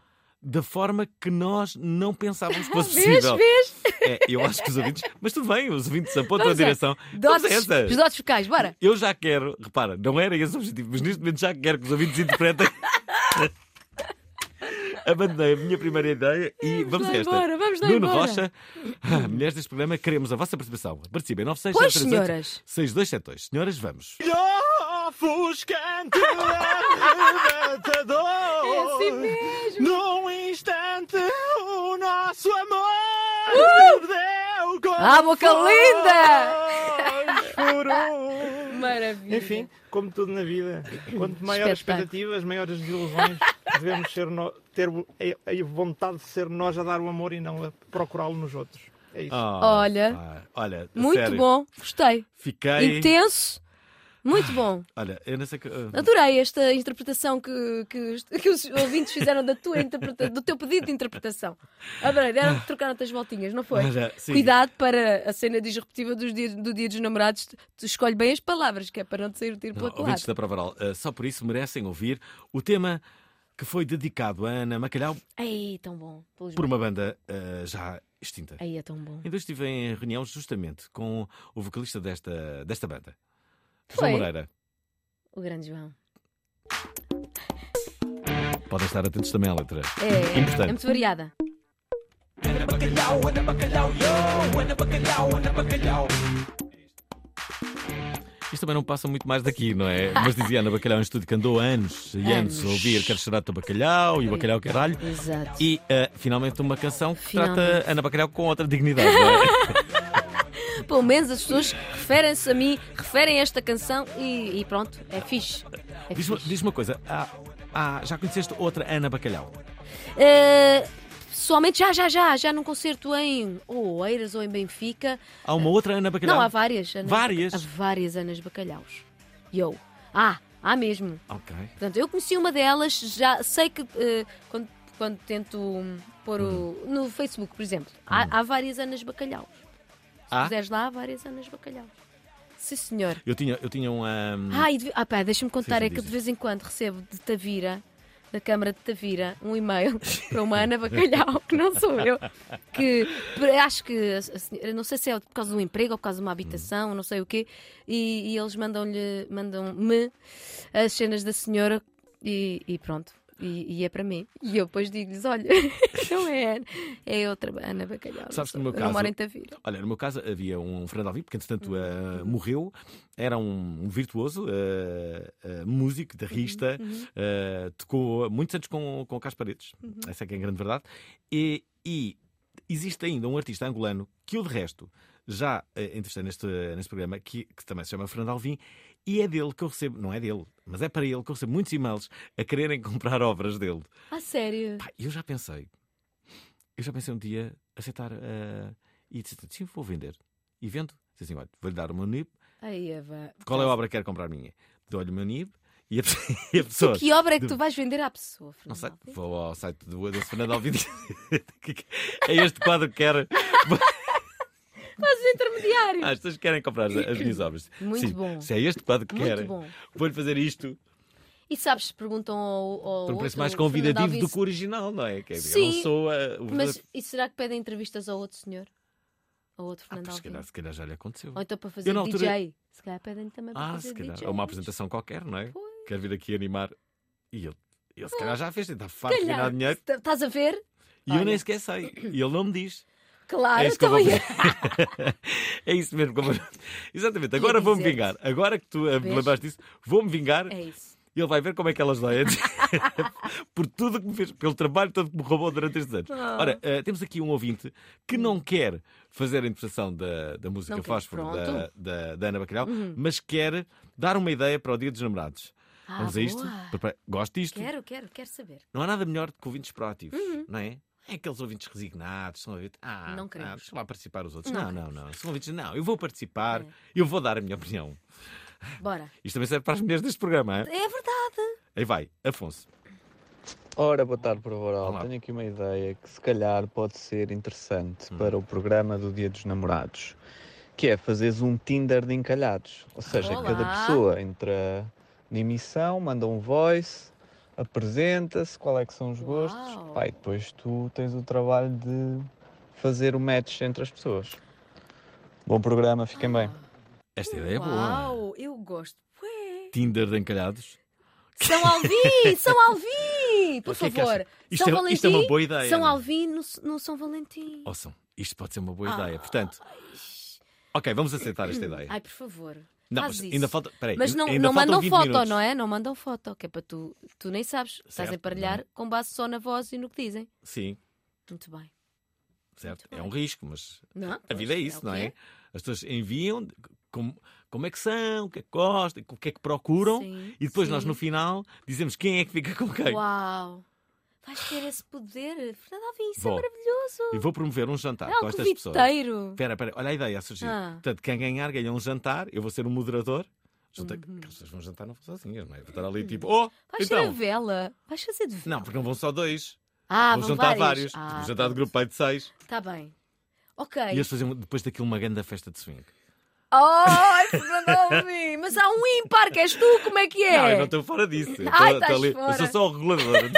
Speaker 6: da forma que nós não pensávamos que fosse
Speaker 4: Vês,
Speaker 6: possível.
Speaker 4: vês?
Speaker 6: É, eu acho que os ouvintes. Mas tudo bem, os ouvintes apontam a
Speaker 4: Vamos lá.
Speaker 6: direção. Vamos a
Speaker 4: Dotes,
Speaker 6: essa.
Speaker 4: os dotes focais, bora!
Speaker 6: Eu já quero, repara, não era esse o objetivo, mas neste momento já quero que os ouvintes interpretem. Abandonei a minha primeira ideia e vamos, a
Speaker 4: lá
Speaker 6: esta.
Speaker 4: embora, vamos lá
Speaker 6: Nuno
Speaker 4: embora.
Speaker 6: Rocha, ah, mulheres deste programa, queremos a vossa participação. Participem
Speaker 4: Pois,
Speaker 6: 967
Speaker 4: senhoras.
Speaker 6: 6272. Senhoras, vamos.
Speaker 12: Ofuscante
Speaker 6: Oh.
Speaker 12: libertador.
Speaker 4: É assim mesmo.
Speaker 12: Num instante, o nosso amor perdeu com
Speaker 4: Uh! Ah, boca
Speaker 12: fósforo.
Speaker 4: Maravilha.
Speaker 12: Enfim, como tudo na vida, quanto maiores
Speaker 4: Espetáculo.
Speaker 12: expectativas, maiores desilusões. Devemos ser no- ter a, a vontade de ser nós a dar o amor e não a procurá-lo nos outros. É isso.
Speaker 6: Ah,
Speaker 4: Olha.
Speaker 6: pá, olha,
Speaker 4: Muito
Speaker 6: sério,
Speaker 4: bom, gostei.
Speaker 6: Fiquei.
Speaker 4: Intenso, Muito bom.
Speaker 6: Olha, eu não sei que. ah,
Speaker 4: Adorei esta interpretação que, que, os- que os ouvintes fizeram da tua interpreta- do teu pedido de interpretação. Adorei, deram trocaram-te as voltinhas, não foi?
Speaker 6: Olha, sim.
Speaker 4: Cuidado para a cena disruptiva dos dias, do Dia dos Namorados, tu escolhe bem as palavras, que é para não te sair o tiro
Speaker 6: Não,
Speaker 4: pela
Speaker 6: ouvintes
Speaker 4: colada.
Speaker 6: da Provaral, ah, só por isso merecem ouvir o tema que foi dedicado a Ana Macalhau
Speaker 4: Ei, tão bom. Pelos
Speaker 6: por uma banda ah, já extinta.
Speaker 4: Aí é tão bom.
Speaker 6: Ainda estive em reunião justamente com o vocalista desta, desta banda,
Speaker 4: Foi?
Speaker 6: João Moreira.
Speaker 4: O grande João.
Speaker 6: Podem estar atentos também à letra.
Speaker 4: É, é
Speaker 6: importante.
Speaker 4: muito variada.
Speaker 6: Isto também não passa muito mais daqui, não é? Mas dizia Ana Bacalhau em estúdio que andou anos e anos,
Speaker 4: Anos.
Speaker 6: a ouvir Quero chorar teu bacalhau e o bacalhau caralho.
Speaker 4: Exato.
Speaker 6: E ah, finalmente uma canção que
Speaker 4: Finalmente.
Speaker 6: trata Ana Bacalhau com outra dignidade, não é?
Speaker 4: Pelo menos as pessoas referem-se a mim, referem esta canção e, e pronto, é fixe. É
Speaker 6: Diz-me diz uma coisa, há- há- já conheceste outra Ana Bacalhau?
Speaker 4: Uh, pessoalmente, já, já, já, já num concerto em ou Oeiras ou em Benfica.
Speaker 6: Há uma outra Ana Bacalhau?
Speaker 4: Não, há várias. Anas,
Speaker 6: Várias?
Speaker 4: Há várias Anas Bacalhaus. E eu. Ah, há mesmo.
Speaker 6: Ok.
Speaker 4: Portanto, eu conheci uma delas, já sei que eh, quando, quando tento hum, pôr o, no Facebook, por exemplo, há, há várias Anas Bacalhaus. Se
Speaker 6: Há?
Speaker 4: puseres lá, há várias Anas Bacalhaus. Sim, senhor.
Speaker 6: Eu tinha, eu tinha um, uma.
Speaker 4: Ah, e de... ah pá, deixa-me contar,
Speaker 6: Hum. Sim, sim,
Speaker 4: é que eu
Speaker 6: diz,
Speaker 4: de vez em quando recebo de Tavira, da Câmara de Tavira, um e-mail para uma Ana Bacalhau, que não sou eu, que pre- acho que, a senhora- não sei se é por causa de um emprego ou por causa
Speaker 6: Hum.
Speaker 4: de uma habitação, não sei o quê, e, e eles mandam-lhe, mandam-me as cenas da senhora e, e pronto. E, e é para mim. E eu depois digo-lhes: olha, não é Ana, é outra Ana Bacalhau. não
Speaker 6: Sabes que
Speaker 4: sou
Speaker 6: no meu
Speaker 4: eu,
Speaker 6: caso.
Speaker 4: Não moro em Tavira.
Speaker 6: Olha, no meu caso havia um Fernando Alvim, porque entretanto eh, morreu, era um, um virtuoso, eh, eh, músico, guitarrista, eh, tocou muitos anos com, com o Carlos Paredes, essa é que é a grande verdade. E, e existe ainda um artista angolano que eu de resto já eh, entrevistei neste, neste programa, que, que também se chama Fernando Alvim, e é dele que eu recebo, não é dele, mas é para ele que eu recebo muitos e-mails a quererem comprar obras dele.
Speaker 4: Ah, sério?
Speaker 6: Eu já pensei, eu já pensei um dia aceitar eh, e disse sim, vou vender. E vendo, disse assim: olha, vou-lhe dar o meu NIB.
Speaker 4: Aí, Eva.
Speaker 6: Qual é a obra que quer comprar minha? Dou-lhe o meu NIB e a, pessoa- e a pessoa.
Speaker 4: Que obra é que tu vais vender à pessoa,
Speaker 6: Não sei, vou ao site do desse Fernando Alvim. é este quadro que quero.
Speaker 4: Fazes intermediário.
Speaker 6: Ah, as pessoas querem comprar as, as minhas obras.
Speaker 4: Muito
Speaker 6: Sim,
Speaker 4: bom.
Speaker 6: Se é este quadro que
Speaker 4: Muito
Speaker 6: querem,
Speaker 4: bom.
Speaker 6: vou-lhe fazer isto
Speaker 4: E sabes, perguntam ao, ao
Speaker 6: por um preço
Speaker 4: outro,
Speaker 6: mais
Speaker 4: Fernando
Speaker 6: convidativo
Speaker 4: Alves,
Speaker 6: do que o original, não é? Quer dizer, Eu
Speaker 4: Sim,
Speaker 6: não sou a. o
Speaker 4: Mas
Speaker 6: verdadeiro-
Speaker 4: e será que pedem entrevistas ao outro senhor? Ao outro Fernando
Speaker 6: Ah, Pois, se, calhar,
Speaker 4: Alves?
Speaker 6: se calhar já lhe aconteceu.
Speaker 4: Ou então para
Speaker 6: Eu,
Speaker 4: fazer
Speaker 6: na altura,
Speaker 4: DJ? Se calhar pedem também para
Speaker 6: Ah,
Speaker 4: fazer
Speaker 6: se calhar.
Speaker 4: DJ.
Speaker 6: Ou uma apresentação qualquer, não é? Quer vir aqui animar. E ele, ele se calhar já fez, está farto de ganhar
Speaker 4: Ah, Calhar.
Speaker 6: dinheiro.
Speaker 4: Tá- Estás a ver?
Speaker 6: E eu nem sequer sei. E ele não me diz.
Speaker 4: Claro,
Speaker 6: é isso que eu vou
Speaker 4: Ah, também.
Speaker 6: fazer. é isso mesmo. que eu vou- Exatamente. Agora
Speaker 4: Ia
Speaker 6: vou-me
Speaker 4: dizer-te.
Speaker 6: vingar. Agora que tu ah, me
Speaker 4: Vês?
Speaker 6: lembraste disso, vou-me vingar.
Speaker 4: É isso.
Speaker 6: E ele vai ver como é que elas dão. Por tudo que me fez, pelo trabalho todo que me roubou durante estes anos.
Speaker 4: Ah.
Speaker 6: Ora, ah, temos aqui um ouvinte que não quer fazer a interpretação da, da música
Speaker 4: Não quer.
Speaker 6: Fósforo da,
Speaker 4: Pronto.
Speaker 6: da- da Ana Bacalhau,
Speaker 4: Uhum.
Speaker 6: mas quer dar uma ideia para o Dia dos Namorados.
Speaker 4: Ah,
Speaker 6: Vamos a isto?
Speaker 4: boa.
Speaker 6: Prepara- Gosto disto?
Speaker 4: Quero, quero, quero saber.
Speaker 6: Não há nada melhor do que ouvintes proativos,
Speaker 4: Uhum.
Speaker 6: não é? É aqueles ouvintes resignados, são ouvintes. Ah,
Speaker 4: Não
Speaker 6: ah,
Speaker 4: queremos.
Speaker 6: deixa lá participar os outros.
Speaker 4: Não É.
Speaker 6: Não, não, não. São ouvintes, não. Eu vou participar, eu vou dar a minha opinião.
Speaker 4: Bora.
Speaker 6: Isto também serve para as mulheres deste programa, é?
Speaker 4: É verdade.
Speaker 6: Aí vai, Afonso.
Speaker 13: Ora, boa tarde, Provaral.
Speaker 6: Olá.
Speaker 13: Tenho aqui uma ideia que se calhar pode ser interessante para o programa do Dia dos Namorados, que é fazeres um Tinder de encalhados. Ou seja, cada
Speaker 14: Olá.
Speaker 13: pessoa entra na emissão, manda um voice, apresenta-se, qual é que são os gostos, pá, e depois tu tens o trabalho de fazer o match entre as pessoas. Bom programa, fiquem
Speaker 4: Ah,
Speaker 13: bem.
Speaker 6: Esta ideia é boa.
Speaker 4: Uau, eu gosto.
Speaker 6: Tinder de encalhados.
Speaker 4: São Alvim! São Alvim! Por
Speaker 6: O que é que
Speaker 4: favor.
Speaker 6: acha? Isto
Speaker 4: São
Speaker 6: é-
Speaker 4: Valentim.
Speaker 6: isto é uma boa ideia,
Speaker 4: São
Speaker 6: não é?
Speaker 4: Alvim, não, não São Valentim.
Speaker 6: Ouçam, isto pode ser uma boa
Speaker 4: Ah.
Speaker 6: ideia. Portanto, ok, vamos aceitar esta ideia.
Speaker 4: Hum. Ai, por favor.
Speaker 6: Não,
Speaker 4: faz
Speaker 6: mas
Speaker 4: isso.
Speaker 6: ainda falta- peraí,
Speaker 4: mas
Speaker 6: ainda-
Speaker 4: não,
Speaker 6: ainda
Speaker 4: não
Speaker 6: faltam
Speaker 4: mandam
Speaker 6: 20
Speaker 4: foto,
Speaker 6: minutos.
Speaker 4: não é? Não mandam foto, que é para tu. Tu nem sabes. Estás a
Speaker 6: Certo,
Speaker 4: emparelhar com base só na voz e no que dizem.
Speaker 6: Sim,
Speaker 4: Muito bem.
Speaker 6: certo. É um risco, mas
Speaker 4: Não,
Speaker 6: a vida é isso,
Speaker 4: o
Speaker 6: não
Speaker 4: que
Speaker 6: é?
Speaker 4: Ah, é.
Speaker 6: As pessoas enviam de- como, como é que são, o que é que gostam, o que é que procuram,
Speaker 4: Sim,
Speaker 6: e depois nós
Speaker 4: sim.
Speaker 6: no final dizemos quem é que fica com quem.
Speaker 4: Uau! Vais ter esse poder. Fernando Alvim, isso
Speaker 6: Vou.
Speaker 4: é maravilhoso.
Speaker 6: E vou promover um jantar
Speaker 4: É um
Speaker 6: com estas pessoas.
Speaker 4: conviteiro.
Speaker 6: Espera, espera, olha a ideia a surgir.
Speaker 4: Ah.
Speaker 6: Portanto, quem ganhar ganha um jantar, eu vou ser um moderador. Jantei,
Speaker 4: Uhum.
Speaker 6: Aquelas pessoas vão jantar não vão sozinhas, não é? Vou estar ali tipo, oh,
Speaker 4: Vais ser a
Speaker 6: então.
Speaker 4: vela. Vais fazer de vela.
Speaker 6: Não, porque não vão só dois.
Speaker 4: Ah,
Speaker 6: vão
Speaker 4: vão
Speaker 6: jantar vários.
Speaker 4: vários. Ah, É
Speaker 6: Vão jantar de grupo pai de seis.
Speaker 4: Está bem. Ok.
Speaker 6: E eles faziam depois daquilo uma grande festa de swing.
Speaker 4: Ai, Fernando Alvim, mas há um ímpar que és tu, como é que é?
Speaker 6: Não, eu não estou fora disso. Eu, estou-
Speaker 4: Ai, estás
Speaker 6: estou ali-
Speaker 4: fora.
Speaker 6: eu sou só o regulador.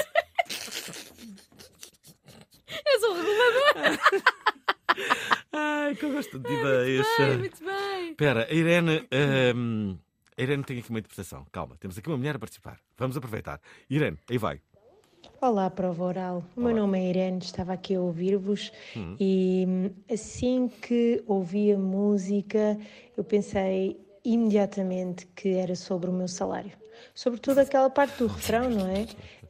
Speaker 4: És um regulador.
Speaker 6: Ai, que eu gosto de ideias.
Speaker 4: Ai, muito bem.
Speaker 6: Espera, a Irene. hum, a Irene tem aqui uma interpretação. Calma, temos aqui uma mulher a participar. Vamos aproveitar. Irene, aí vai.
Speaker 14: Olá, prova oral. O meu nome é Irene, estava aqui a ouvir-vos
Speaker 6: Hum.
Speaker 14: e hum, assim que ouvi a música, eu pensei imediatamente que era sobre o meu salário. Sobretudo aquela parte do refrão, não é?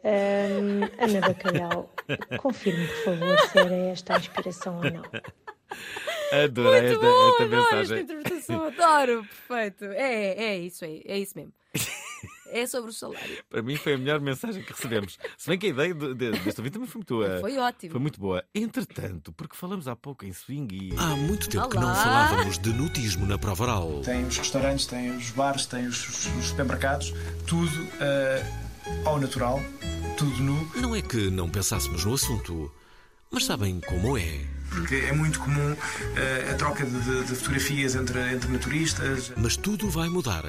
Speaker 14: Hum, Ana Bacalhau, confirme, por favor, se era esta a inspiração ou não.
Speaker 6: Adorei
Speaker 4: Muito
Speaker 6: esta,
Speaker 4: bom,
Speaker 6: esta
Speaker 4: adoro esta
Speaker 6: mensagem.
Speaker 4: interpretação, adoro, perfeito. É, é isso aí, é isso mesmo. É sobre o salário.
Speaker 6: Para mim foi a melhor mensagem que recebemos. Se bem que a ideia de, de, deste ouvinte também foi muito boa.
Speaker 4: Foi
Speaker 6: É.
Speaker 4: ótimo.
Speaker 6: Foi muito boa. Entretanto, porque falamos há pouco em swing e.
Speaker 3: Há muito tempo que não
Speaker 4: Olá.
Speaker 3: falávamos de nudismo na prova oral.
Speaker 15: Tem os restaurantes, tem os bares, tem os, os- os supermercados, tudo eh, ao natural, tudo nu.
Speaker 3: Não é que não pensássemos no assunto, mas sabem como é.
Speaker 15: Porque é muito comum eh, a troca de, de- de fotografias entre, entre naturistas.
Speaker 3: Mas tudo vai mudar.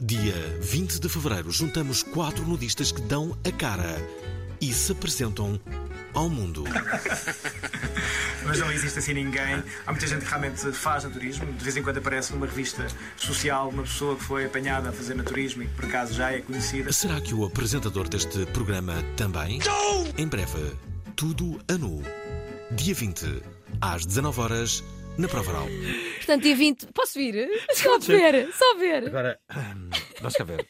Speaker 3: Dia 20 de fevereiro, juntamos quatro nudistas que dão a cara e se apresentam ao mundo.
Speaker 15: Mas não existe assim ninguém. Há muita gente que realmente faz naturismo. De vez em quando aparece numa revista social uma pessoa que foi apanhada a fazer naturismo e que por acaso já é conhecida.
Speaker 3: Será que o apresentador deste programa também? Não! Em breve, tudo a nu. Dia 20, às 19 horas na Provaral.
Speaker 4: Portanto, dia 20, posso vir? Só ver, só ver.
Speaker 6: Agora, hum, vamos cá ver.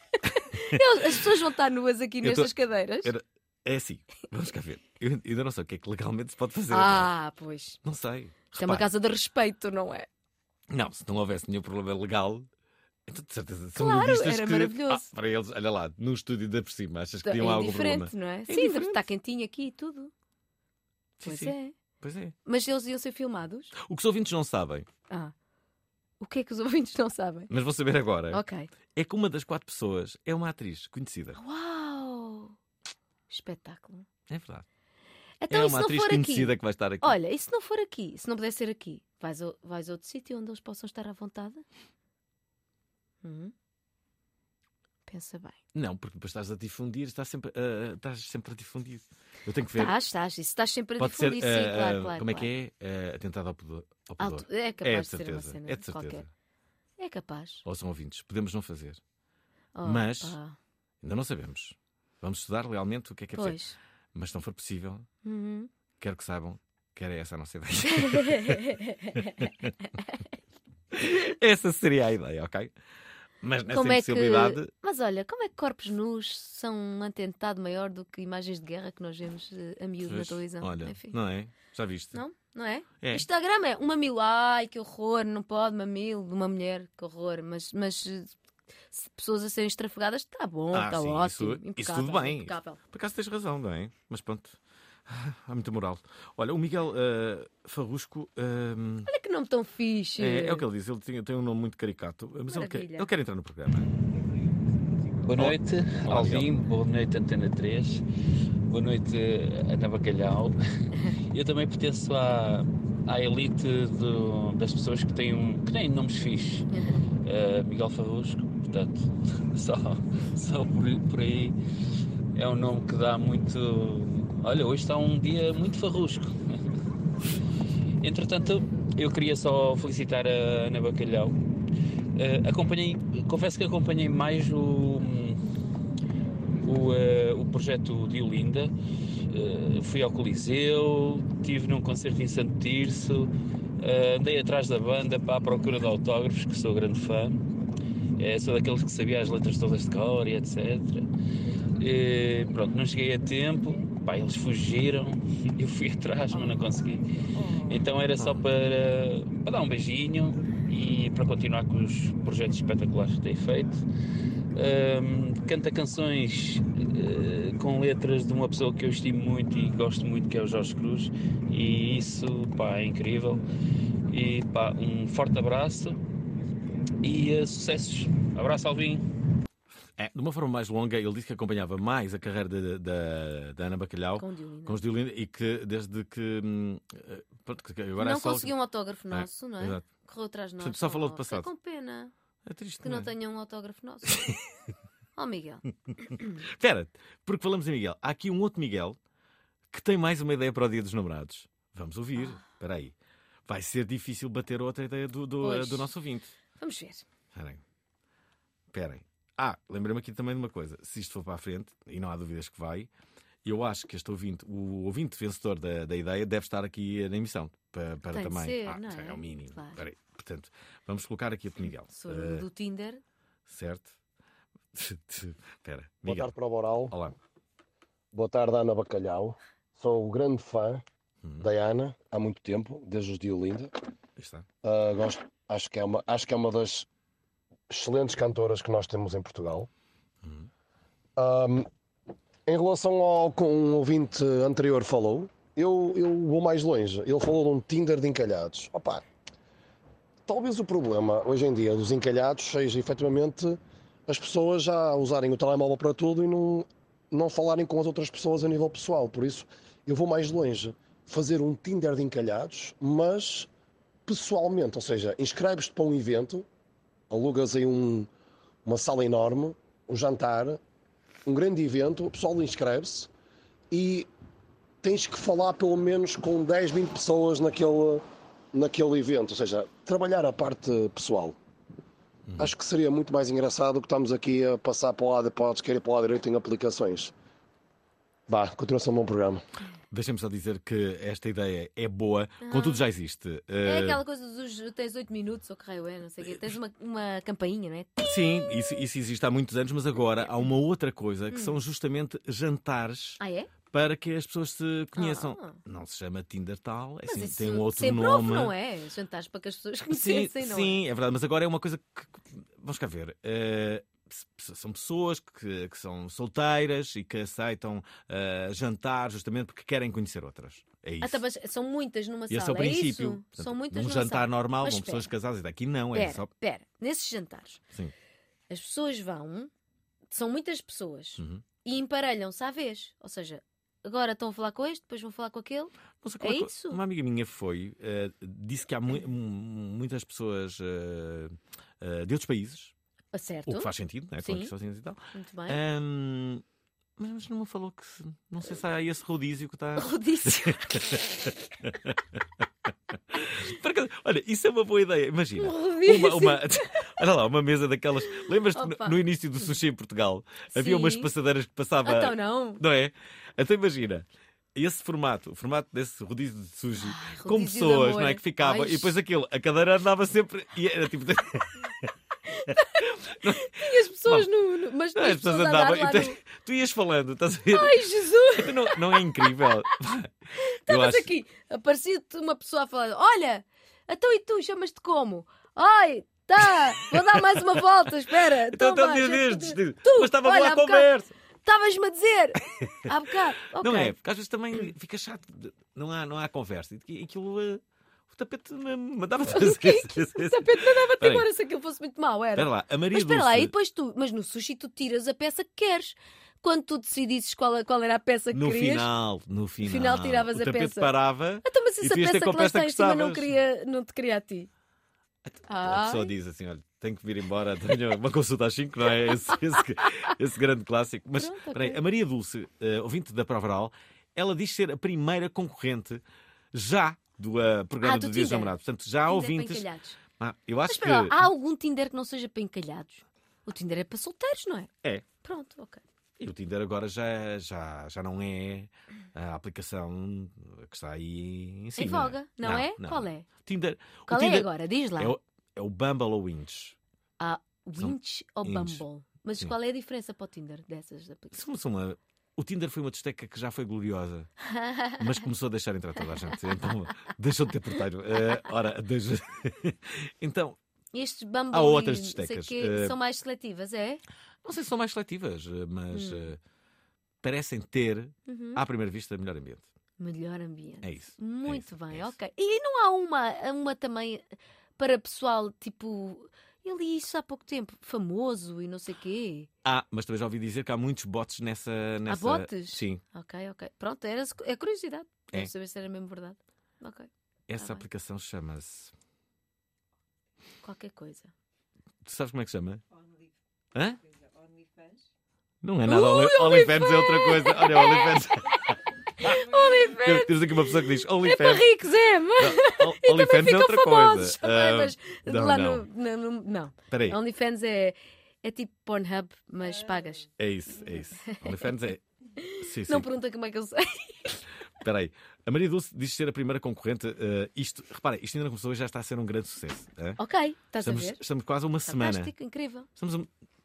Speaker 4: Eles- as pessoas vão estar nuas aqui
Speaker 6: Eu tô-
Speaker 4: nestas cadeiras.
Speaker 6: Era- É assim, vamos cá ver. Eu ainda não sei o que é que legalmente se pode fazer.
Speaker 4: Ah, pois.
Speaker 6: Não sei.
Speaker 4: Isto é uma
Speaker 6: Repare.
Speaker 4: casa de respeito, não é?
Speaker 6: Não, se não houvesse nenhum problema legal, então de certeza são
Speaker 4: Claro,
Speaker 6: nudistas
Speaker 4: era
Speaker 6: que...
Speaker 4: maravilhoso.
Speaker 6: Ah, para eles, olha lá, no estúdio da por cima, achas que
Speaker 4: É
Speaker 6: tinham lá algum problema?
Speaker 4: indiferente, não é? Sim, está quentinho aqui e tudo.
Speaker 6: Sim,
Speaker 4: pois
Speaker 6: sim.
Speaker 4: é.
Speaker 6: Pois é.
Speaker 4: Mas eles iam ser filmados?
Speaker 6: O que os ouvintes não sabem,
Speaker 4: Ah. O que é que os ouvintes não sabem?
Speaker 6: mas vão saber agora,
Speaker 4: Ok.
Speaker 6: é que uma das quatro pessoas é uma atriz conhecida.
Speaker 4: Uau! Espetáculo.
Speaker 6: É verdade.
Speaker 4: Então,
Speaker 6: é
Speaker 4: e se
Speaker 6: uma
Speaker 4: não
Speaker 6: atriz
Speaker 4: for aqui?
Speaker 6: conhecida que vai estar aqui.
Speaker 4: Olha, e se não for aqui? Se não puder ser aqui, vais a, vais a outro sítio onde eles possam estar à vontade? Hum? Pensa bem.
Speaker 6: Não, porque depois estás a difundir, estás sempre, ah, ah, estás sempre a difundir. Eu tenho que ver.
Speaker 4: Estás, estás. Isso estás sempre a
Speaker 6: Pode
Speaker 4: difundir,
Speaker 6: ser,
Speaker 4: sim,
Speaker 6: ah,
Speaker 4: claro,
Speaker 6: ah,
Speaker 4: claro.
Speaker 6: Como
Speaker 4: claro.
Speaker 6: é que é? Ah, atentado ao pudor. ao
Speaker 4: Ah,
Speaker 6: pudor.
Speaker 4: tu- é capaz
Speaker 6: de
Speaker 4: de ser uma
Speaker 6: certeza.
Speaker 4: cena
Speaker 6: é de certeza.
Speaker 4: qualquer. É capaz.
Speaker 6: Ou são ouvintes, podemos não fazer.
Speaker 4: Oh,
Speaker 6: Mas
Speaker 4: pá.
Speaker 6: ainda não sabemos. Vamos estudar realmente o que é que é
Speaker 4: Pois.
Speaker 6: preciso. Mas se não for possível,
Speaker 4: Uhum.
Speaker 6: quero que saibam que era essa a nossa ideia. essa seria a ideia, ok? Mas nessa
Speaker 4: Como é que...
Speaker 6: impossibilidade.
Speaker 4: Mas olha, como é que corpos nus são um atentado maior do que imagens de guerra que nós vemos eh, a miúdo na
Speaker 6: Pois,
Speaker 4: televisão?
Speaker 6: Olha,
Speaker 4: Enfim.
Speaker 6: não é? Já viste?
Speaker 4: Não? Não é?
Speaker 6: É.
Speaker 4: Instagram é um mamilo, ai que horror, não pode, mamilo de uma mulher, que horror, mas, mas eh, se pessoas a serem estrafogadas, está bom,
Speaker 6: Ah,
Speaker 4: está
Speaker 6: sim,
Speaker 4: ótimo,
Speaker 6: isso-
Speaker 4: impecável,
Speaker 6: isso tudo bem.
Speaker 4: impecável.
Speaker 6: Por acaso tens razão, não é? Mas pronto. Há muita moral. Olha, o Miguel eh, Farrusco. eh,
Speaker 4: Olha que nome tão fixe.
Speaker 6: é, é o que ele diz. Ele tem, tem um nome muito caricato. Mas ele quer,
Speaker 4: Maravilha.
Speaker 6: ele quer entrar no programa.
Speaker 10: Boa noite,
Speaker 6: Olá,
Speaker 10: Alvim. Boa noite, Antena 3. Boa noite, Ana Bacalhau. Eu também pertenço à, à elite do- das pessoas que têm, um- que têm nomes fixos. Eh, Miguel Farrusco, portanto, só, só por, por aí é um nome que dá muito. Olha, hoje está um dia muito farrusco. Entretanto, eu queria só felicitar a Ana Bacalhau. Eh, acompanhei, confesso que acompanhei mais o, o, eh, o projeto de Olinda. Eh, fui ao Coliseu, estive num concerto em Santo Tirso, eh, andei atrás da banda para a procura de autógrafos, que sou grande fã. Eh, sou daqueles que sabia as letras todas de cor e etc. Eh, pronto, não cheguei a tempo. Pá, eles fugiram, eu fui atrás, mas não consegui. Então era só para, para dar um beijinho e para continuar com os projetos espetaculares que tem feito. Ahm, canta canções eh, com letras de uma pessoa que eu estimo muito e gosto muito, que é o Jorge Cruz, e isso pá, é incrível. E pá, um forte abraço e uh, sucessos. Abraço, Alvin.
Speaker 6: É, de uma forma mais longa, ele disse que acompanhava mais a carreira da, da, da Ana Bacalhau
Speaker 4: Com Diolinda.
Speaker 6: com os Diolinda e que desde que. hum, eh, Pronto, que agora
Speaker 4: não
Speaker 6: é só...
Speaker 4: conseguiu um autógrafo
Speaker 6: É,
Speaker 4: nosso, não é?
Speaker 6: exato.
Speaker 4: Correu atrás de nós.
Speaker 6: Portanto, só
Speaker 4: oh,
Speaker 6: falou de
Speaker 4: É
Speaker 6: passado.
Speaker 4: com pena.
Speaker 6: É triste,
Speaker 4: Que
Speaker 6: não
Speaker 4: não,
Speaker 6: é?
Speaker 4: tenha um autógrafo nosso. oh, Miguel.
Speaker 6: Espera, porque falamos em Miguel. Há aqui um outro Miguel que tem mais uma ideia para o Dia dos Namorados. Vamos ouvir.
Speaker 4: Ah.
Speaker 6: Espera aí. Vai ser difícil bater outra ideia do, do,
Speaker 4: Pois.
Speaker 6: do nosso ouvinte.
Speaker 4: Vamos ver.
Speaker 6: Esperem. Esperem. Ah, lembrei-me aqui também de uma coisa. Se isto for para a frente, e não há dúvidas que vai, eu acho que este ouvinte, o ouvinte vencedor da, da ideia, deve estar aqui na emissão. Para, para
Speaker 4: Tem de
Speaker 6: também.
Speaker 4: ser,
Speaker 6: Ah,
Speaker 4: não
Speaker 6: sim,
Speaker 4: é?
Speaker 6: o mínimo.
Speaker 4: Claro.
Speaker 6: Espera aí. Portanto, vamos colocar aqui o Miguel.
Speaker 4: Sou eu
Speaker 6: Eh,
Speaker 4: do Tinder.
Speaker 6: certo? Espera.
Speaker 16: Boa
Speaker 6: Miguel.
Speaker 16: tarde para o Boral.
Speaker 6: Olá.
Speaker 16: Boa tarde, Ana Bacalhau. Sou um grande fã
Speaker 6: Uhum.
Speaker 16: da Ana há muito tempo, desde os de Olinda.
Speaker 6: está.
Speaker 16: Ah, gosto, acho, que é uma, acho que é uma das excelentes cantoras que nós temos em Portugal. Ahm, em relação ao que um ouvinte anterior falou, eu, eu vou mais longe. Ele falou de um Tinder de encalhados. Opa, talvez o problema hoje em dia dos encalhados seja efetivamente as pessoas já usarem o telemóvel para tudo e não, não falarem com as outras pessoas a nível pessoal. Por isso, eu vou mais longe. Fazer um Tinder de encalhados, mas pessoalmente. Ou seja, inscreves-te para um evento, alugas aí um- uma sala enorme, um jantar, um grande evento, o pessoal inscreve-se e tens que falar pelo menos com 10, 20 pessoas naquele, naquele evento. Ou seja, trabalhar a parte pessoal. Acho que seria muito mais engraçado que estamos aqui a passar para o lado, para o lado esquerdo e para o lado direito em aplicações. Vá, continua-se um bom programa.
Speaker 6: Deixa-me só dizer que esta ideia é boa, contudo já existe. Eh,
Speaker 4: É aquela coisa dos tens 8 minutos, ou que raio é, não sei o quê. Tens uma, uma campainha, não é?
Speaker 6: Eh, Sim, isso, isso existe há muitos anos, mas agora há uma outra coisa que
Speaker 4: Hum.
Speaker 6: são justamente jantares
Speaker 4: Ah, é?
Speaker 6: para que as pessoas se conheçam.
Speaker 4: Ah.
Speaker 6: Não se chama Tinder tal, é
Speaker 4: Mas
Speaker 6: assim,
Speaker 4: isso
Speaker 6: tem um outro
Speaker 4: sempre
Speaker 6: nome.
Speaker 4: houve, não é? Jantares para que as pessoas
Speaker 6: Sim,
Speaker 4: conhecessem, não
Speaker 6: sim, é? verdade, mas agora é uma coisa que. que- Vamos cá ver. eh, s- s- são pessoas que, que são solteiras e que aceitam eh, jantar justamente porque querem conhecer outras. É
Speaker 4: é?
Speaker 6: isso.
Speaker 4: Ah, tá, mas são muitas numa
Speaker 6: Esse é o
Speaker 4: sala,
Speaker 6: princípio.
Speaker 4: isso?
Speaker 6: Portanto,
Speaker 4: são muitas
Speaker 6: num
Speaker 4: numa
Speaker 6: jantar
Speaker 4: sala.
Speaker 6: normal,
Speaker 4: Mas
Speaker 6: vão pessoas
Speaker 4: espera,
Speaker 6: casadas e daqui não, é
Speaker 4: Pera,
Speaker 6: só.
Speaker 4: pera. nesses jantares,
Speaker 6: Sim.
Speaker 4: as pessoas vão, são muitas pessoas,
Speaker 6: Uhum.
Speaker 4: e emparelham-se à vez. Ou seja, agora estão a falar com este, depois vão falar com aquele.
Speaker 6: Mas
Speaker 4: é
Speaker 6: uma co-
Speaker 4: isso?
Speaker 6: Uma amiga minha foi, eh, disse que há mu- mu- muitas pessoas eh, eh, de outros países,
Speaker 4: Ah, Certo?
Speaker 6: o que faz sentido, não é? Com
Speaker 4: Sim.
Speaker 6: questões e tal.
Speaker 4: Muito
Speaker 6: Ah.
Speaker 4: bem.
Speaker 6: Ahm, mas- mas não me falou que se- não sei se há esse rodízio que está.
Speaker 4: Rodízio?
Speaker 6: Por acaso, Olha, isso é uma boa ideia. Imagina.
Speaker 4: Um rodízio.
Speaker 6: Uma, uma- olha lá, uma mesa daquelas. Lembras-te no,
Speaker 4: Opa.
Speaker 6: no início do sushi em Portugal? Havia umas
Speaker 4: Sim.
Speaker 6: passadeiras que passava.
Speaker 4: Então não.
Speaker 6: Não é? Então imagina. Esse formato, o formato desse rodízio de sushi, com
Speaker 4: Ah, rodízio de
Speaker 6: pessoas,
Speaker 4: amor.
Speaker 6: não é? Que ficava,
Speaker 4: Ai,
Speaker 6: e depois aquilo, a cadeira andava sempre. E era tipo.
Speaker 4: E as pessoas no, no- Mas
Speaker 6: As pessoas andavam.
Speaker 4: lá
Speaker 6: e tu,
Speaker 4: no...
Speaker 6: tu ias falando, estás a ver?
Speaker 4: Ai, Jesus!
Speaker 6: Então Não, não é incrível? Eu
Speaker 4: Estavas
Speaker 6: acho.
Speaker 4: aqui, aparecia-te uma pessoa a falar: Olha, então e tu chamas-te como? Ai, tá, vou dar mais uma volta, espera.
Speaker 6: Então, então
Speaker 4: vá,
Speaker 6: diz
Speaker 4: já-
Speaker 6: destes, diz.
Speaker 4: Tu,
Speaker 6: Mas estava boa
Speaker 4: olha,
Speaker 6: a
Speaker 4: há bocado
Speaker 6: conversa.
Speaker 4: Estavas-me a dizer, há bocado.
Speaker 6: Não
Speaker 4: Ok.
Speaker 6: é? Porque às vezes também fica chato, de- não há, não há conversa. E aquilo. eh, o tapete me- me mandava fazer.
Speaker 4: é
Speaker 6: O tapete
Speaker 4: Mandava-te embora se aquilo fosse muito mau, era.
Speaker 6: Espera lá, a Maria
Speaker 4: mas espera lá,
Speaker 6: Dulce-
Speaker 4: e depois tu, mas no sushi tu tiras a peça que queres. Quando tu decidisses qual, qual era a peça é que
Speaker 6: No
Speaker 4: querias.
Speaker 6: final, no final.
Speaker 4: final tiravas
Speaker 6: o
Speaker 4: a
Speaker 6: tapete
Speaker 4: peça.
Speaker 6: parava.
Speaker 4: Então, mas
Speaker 6: e
Speaker 4: essa
Speaker 6: tu ias ter
Speaker 4: peça
Speaker 6: com
Speaker 4: que
Speaker 6: a
Speaker 4: lá está em cima não,
Speaker 6: gostavas.
Speaker 4: queria, não te queria a ti.
Speaker 6: A
Speaker 4: Ah,
Speaker 6: pessoa diz assim: olha, tenho que vir embora, tenho uma consulta às 5, não é? Esse, esse- esse grande clássico. Mas
Speaker 4: Pronto, ok.
Speaker 6: peraí, a Maria Dulce, eh, ouvinte da Prova Oral, ela diz ser a primeira concorrente já do eh, programa
Speaker 4: Ah, do
Speaker 6: do Dia dos
Speaker 4: Tinder.
Speaker 6: Namorados. Portanto, já há
Speaker 4: Tinder para
Speaker 6: ouvintes.
Speaker 4: encalhados.
Speaker 6: Ah, eu acho
Speaker 4: Mas espera
Speaker 6: que.
Speaker 4: lá, há algum Tinder que não seja para encalhados? O Tinder é para solteiros, não é?
Speaker 6: É.
Speaker 4: Pronto, ok.
Speaker 6: E o Tinder agora já, já, já não é a aplicação que está aí em cima.
Speaker 4: voga, não é? Qual é?
Speaker 6: Tinder, o
Speaker 4: Qual é
Speaker 6: Tinder
Speaker 4: agora? Diz lá.
Speaker 6: É o, é o Bumble ou o Inch.
Speaker 4: Há
Speaker 6: São
Speaker 4: Winch ou
Speaker 6: Inch.
Speaker 4: Bumble. Mas
Speaker 6: Sim.
Speaker 4: qual é a diferença para o Tinder dessas aplicações?
Speaker 6: São- são uma- O Tinder foi uma desteca que já foi gloriosa, mas começou a deixar entrar toda a gente. Então, deixou de ter porteiro. Eh, ora, deixa... então,
Speaker 4: Estes Bumble
Speaker 6: Há outras
Speaker 4: e não sei
Speaker 6: destecas,
Speaker 4: quê,
Speaker 6: eh,
Speaker 4: são mais seletivas, é?
Speaker 6: não sei se são mais seletivas, eh, mas
Speaker 4: Hum.
Speaker 6: eh, parecem ter,
Speaker 4: Uhum.
Speaker 6: à primeira vista, melhor ambiente.
Speaker 4: Melhor ambiente.
Speaker 6: É isso.
Speaker 4: Muito bem, ok. E não há uma, uma também para pessoal tipo. Eu li isso há pouco tempo, famoso e não sei quê.
Speaker 6: Ah, mas também já ouvi dizer que há muitos botes nessa. nessa...
Speaker 4: Há botes?
Speaker 6: Sim.
Speaker 4: Ok, ok. Pronto, era é curiosidade.
Speaker 6: É.
Speaker 4: Quero saber se era mesmo verdade. Ok.
Speaker 6: Essa
Speaker 4: Tá bem.
Speaker 6: aplicação chama-se.
Speaker 4: Qualquer coisa.
Speaker 6: Tu sabes como é que se chama? Hã?
Speaker 17: OnlyFans?
Speaker 6: Não é nada.
Speaker 17: Ui,
Speaker 6: Oli- OnlyFans é outra coisa. Olha, OnlyFans.
Speaker 4: OnlyFans!
Speaker 6: Temos aqui uma pessoa que diz
Speaker 4: É para
Speaker 6: OnlyFans.
Speaker 4: ricos, é, mas. e também
Speaker 6: OnlyFans um é
Speaker 4: É. ficam
Speaker 6: outra coisa.
Speaker 4: famosos. também,
Speaker 6: Ah,
Speaker 4: mas
Speaker 6: não,
Speaker 4: lá
Speaker 6: não.
Speaker 4: No, no, no- não.
Speaker 6: Peraí.
Speaker 4: OnlyFans é, é tipo Pornhub, mas pagas.
Speaker 6: É isso, é isso. OnlyFans é. Sim, sim.
Speaker 4: Não pergunta como é que eu sei.
Speaker 6: Espera aí. A Maria Dulce diz ser a primeira concorrente. eh, isto, repara, isto ainda não começou e já está a ser um grande sucesso. hã?
Speaker 4: Ok, estás a
Speaker 6: estamos,
Speaker 4: ver?
Speaker 6: Estamos quase a uma semana.
Speaker 4: Fantástico, incrível.
Speaker 6: Estamos a...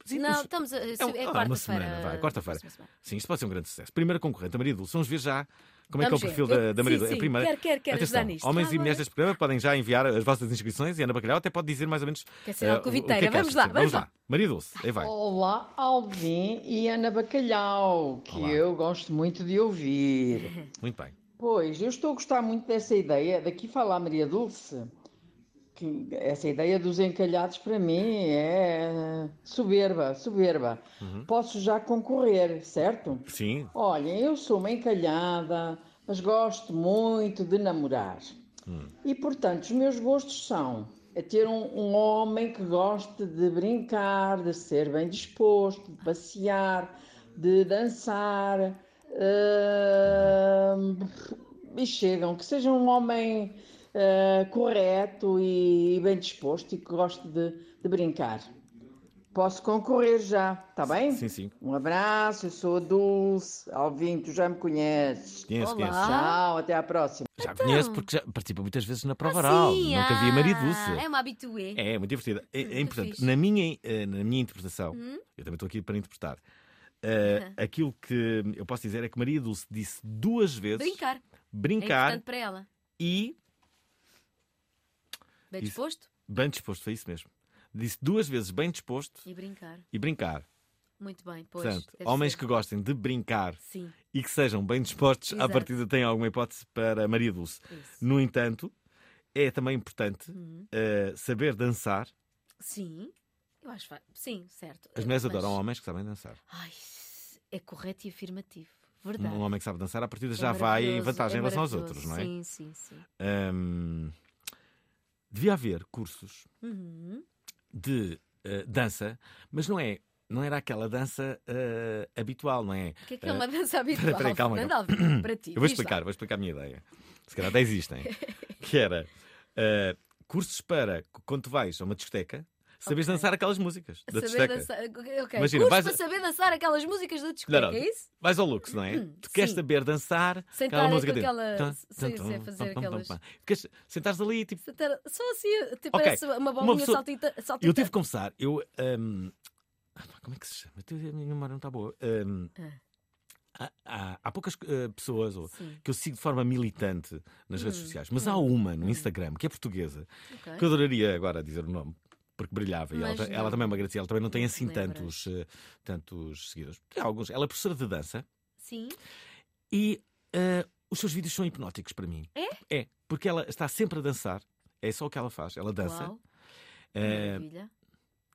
Speaker 6: Sim,
Speaker 4: não,
Speaker 6: mas-
Speaker 4: estamos a.
Speaker 6: É, um-
Speaker 4: É,
Speaker 6: ah, uma semana, vai,
Speaker 4: quarta-feira.
Speaker 6: quarta-feira. Sim, isto pode ser um grande sucesso. Primeira concorrente, a Maria Dulce. Vamos ver já como é
Speaker 4: Vamos
Speaker 6: que é o
Speaker 4: ver.
Speaker 6: perfil da,
Speaker 4: Eu-
Speaker 6: da Maria
Speaker 4: sim,
Speaker 6: Dulce. É a
Speaker 4: sim,
Speaker 6: primeira...
Speaker 4: quero- quero- quero
Speaker 6: Atenção,
Speaker 4: ajudar nisto.
Speaker 6: Homens
Speaker 4: Ah,
Speaker 6: e mulheres deste programa podem já enviar as vossas inscrições e a Ana Bacalhau até pode dizer mais ou menos.
Speaker 4: Quer ser algo
Speaker 6: eh,
Speaker 4: coviteira.
Speaker 6: o que é que
Speaker 4: Vamos
Speaker 6: achas,
Speaker 4: lá,
Speaker 6: sim.
Speaker 4: vamos
Speaker 6: vamos
Speaker 4: lá.
Speaker 6: lá. Maria Dulce, aí vai.
Speaker 17: Olá, Alvin e Ana Bacalhau, que eu gosto muito de ouvir.
Speaker 6: Muito bem.
Speaker 17: Pois, eu estou a gostar muito dessa ideia. Daqui fala a Maria Dulce, que essa ideia dos encalhados para mim é soberba, soberba.
Speaker 6: Uhum.
Speaker 17: Posso já concorrer, certo?
Speaker 6: Sim.
Speaker 17: Olhem, eu sou uma encalhada, mas gosto muito de namorar.
Speaker 6: Hum.
Speaker 17: E portanto, os meus gostos são é ter um, um homem que goste de brincar, de ser bem disposto, de passear, de dançar. ahm, e chegam, que seja um homem ah, correto e, bem disposto e que goste de, de brincar. Posso concorrer já, tá bem?
Speaker 6: Sim, sim.
Speaker 17: Um abraço, eu sou a Dulce. Alvin, tu já me conheces.
Speaker 6: Conheço, conheço.
Speaker 17: Tchau, até à próxima.
Speaker 6: Já conhece porque já participa muitas vezes na prova
Speaker 17: Ah,
Speaker 6: oral.
Speaker 17: sim,
Speaker 6: Nunca vi a Maria
Speaker 4: Então. ah,
Speaker 6: Dulce.
Speaker 4: É uma habitué.
Speaker 6: É, é muito divertida. É, é importante.
Speaker 4: fixe.
Speaker 6: Na minha, eh, na minha interpretação,
Speaker 4: Hum?
Speaker 6: eu também estou aqui para interpretar. eh, Aquilo que eu posso dizer é que Maria Dulce disse duas vezes
Speaker 4: Brincar. É
Speaker 6: brincar
Speaker 4: importante para ela.
Speaker 6: e
Speaker 4: Bem
Speaker 6: Isso.
Speaker 4: disposto
Speaker 6: bem disposto. Foi isso mesmo. Disse duas vezes bem disposto
Speaker 4: e brincar.
Speaker 6: e brincar.
Speaker 4: Muito bem, pois. é
Speaker 6: Portanto,
Speaker 4: deve
Speaker 6: homens
Speaker 4: ser.
Speaker 6: que gostem de brincar
Speaker 4: Sim.
Speaker 6: e que sejam bem dispostos, à
Speaker 4: Exato.
Speaker 6: partida têm alguma hipótese para Maria Dulce. No entanto, é também importante
Speaker 4: Uhum.
Speaker 6: eh, saber dançar.
Speaker 4: Sim. Eu acho. fa- Sim, certo.
Speaker 6: As mulheres
Speaker 4: Mas-
Speaker 6: adoram homens que sabem dançar.
Speaker 4: Ai, é correto e afirmativo.
Speaker 6: Um-
Speaker 4: É Verdade.
Speaker 6: Um homem que sabe dançar, à partida
Speaker 4: É
Speaker 6: já vai em
Speaker 4: maravilhoso,
Speaker 6: vantagem
Speaker 4: é
Speaker 6: em relação aos
Speaker 4: maravilhoso.
Speaker 6: outros, não é?
Speaker 4: Sim, sim, sim.
Speaker 6: Hum, devia haver cursos
Speaker 4: Uhum.
Speaker 6: de eh, dança, mas não é. Não era aquela dança eh, habitual, não é?
Speaker 4: O que é que é uma dança habitual?
Speaker 6: Espera, espera, calma,
Speaker 4: Fernando
Speaker 6: calma.
Speaker 4: Alves, para ti,
Speaker 6: Eu vou
Speaker 4: diz lá.
Speaker 6: explicar, vou explicar a minha ideia. Se calhar até existem. que era eh, cursos para c- quando tu vais a uma discoteca, saberes dançar aquelas músicas da
Speaker 4: Saber
Speaker 6: discoteca.
Speaker 4: dançar. Ok.
Speaker 6: Imagina,
Speaker 4: Curso
Speaker 6: vais
Speaker 4: para
Speaker 6: a-
Speaker 4: saber dançar aquelas músicas da discoteca, é isso?
Speaker 6: Vais ao Lux, não é?
Speaker 4: Hum,
Speaker 6: tu queres
Speaker 4: sim.
Speaker 6: saber dançar
Speaker 4: Sem
Speaker 6: aquela
Speaker 4: estar
Speaker 6: música
Speaker 4: com
Speaker 6: dele.
Speaker 4: aquela-
Speaker 6: Tum,
Speaker 4: sem-
Speaker 6: tum,
Speaker 4: sem
Speaker 6: tum,
Speaker 4: fazer
Speaker 6: tum, tum,
Speaker 4: aquelas-
Speaker 6: tum. Tu queres sentares ali tipo.
Speaker 4: Sentar- Só assim, tipo,
Speaker 6: Ok,
Speaker 4: parece uma bolinha
Speaker 6: pessoa-
Speaker 4: saltita, saltita.
Speaker 6: Eu tive que confessar, eu. hum, ah, pá, Como é que se chama? Eu- A minha memória não está boa. Hum,
Speaker 4: Ah.
Speaker 6: há- Há, há poucas eh, pessoas ou,
Speaker 4: Sim.
Speaker 6: que eu sigo de forma militante nas redes
Speaker 4: Hum,
Speaker 6: sociais, mas há uma no Instagram que é portuguesa
Speaker 4: Ok.
Speaker 6: que eu adoraria agora dizer o nome porque brilhava e ela,
Speaker 4: Mas
Speaker 6: ta- ela
Speaker 4: não.
Speaker 6: também é uma gracia, ela também não tem assim
Speaker 4: lembras.
Speaker 6: tantos, eh, tantos seguidores. Tem alguns. Ela é professora de dança
Speaker 4: Sim.
Speaker 6: e eh, os seus vídeos são hipnóticos para mim.
Speaker 4: É?
Speaker 6: É, porque ela está sempre a dançar, é só o que ela faz, ela dança.
Speaker 4: Uau.
Speaker 6: Eh,
Speaker 4: Maravilha.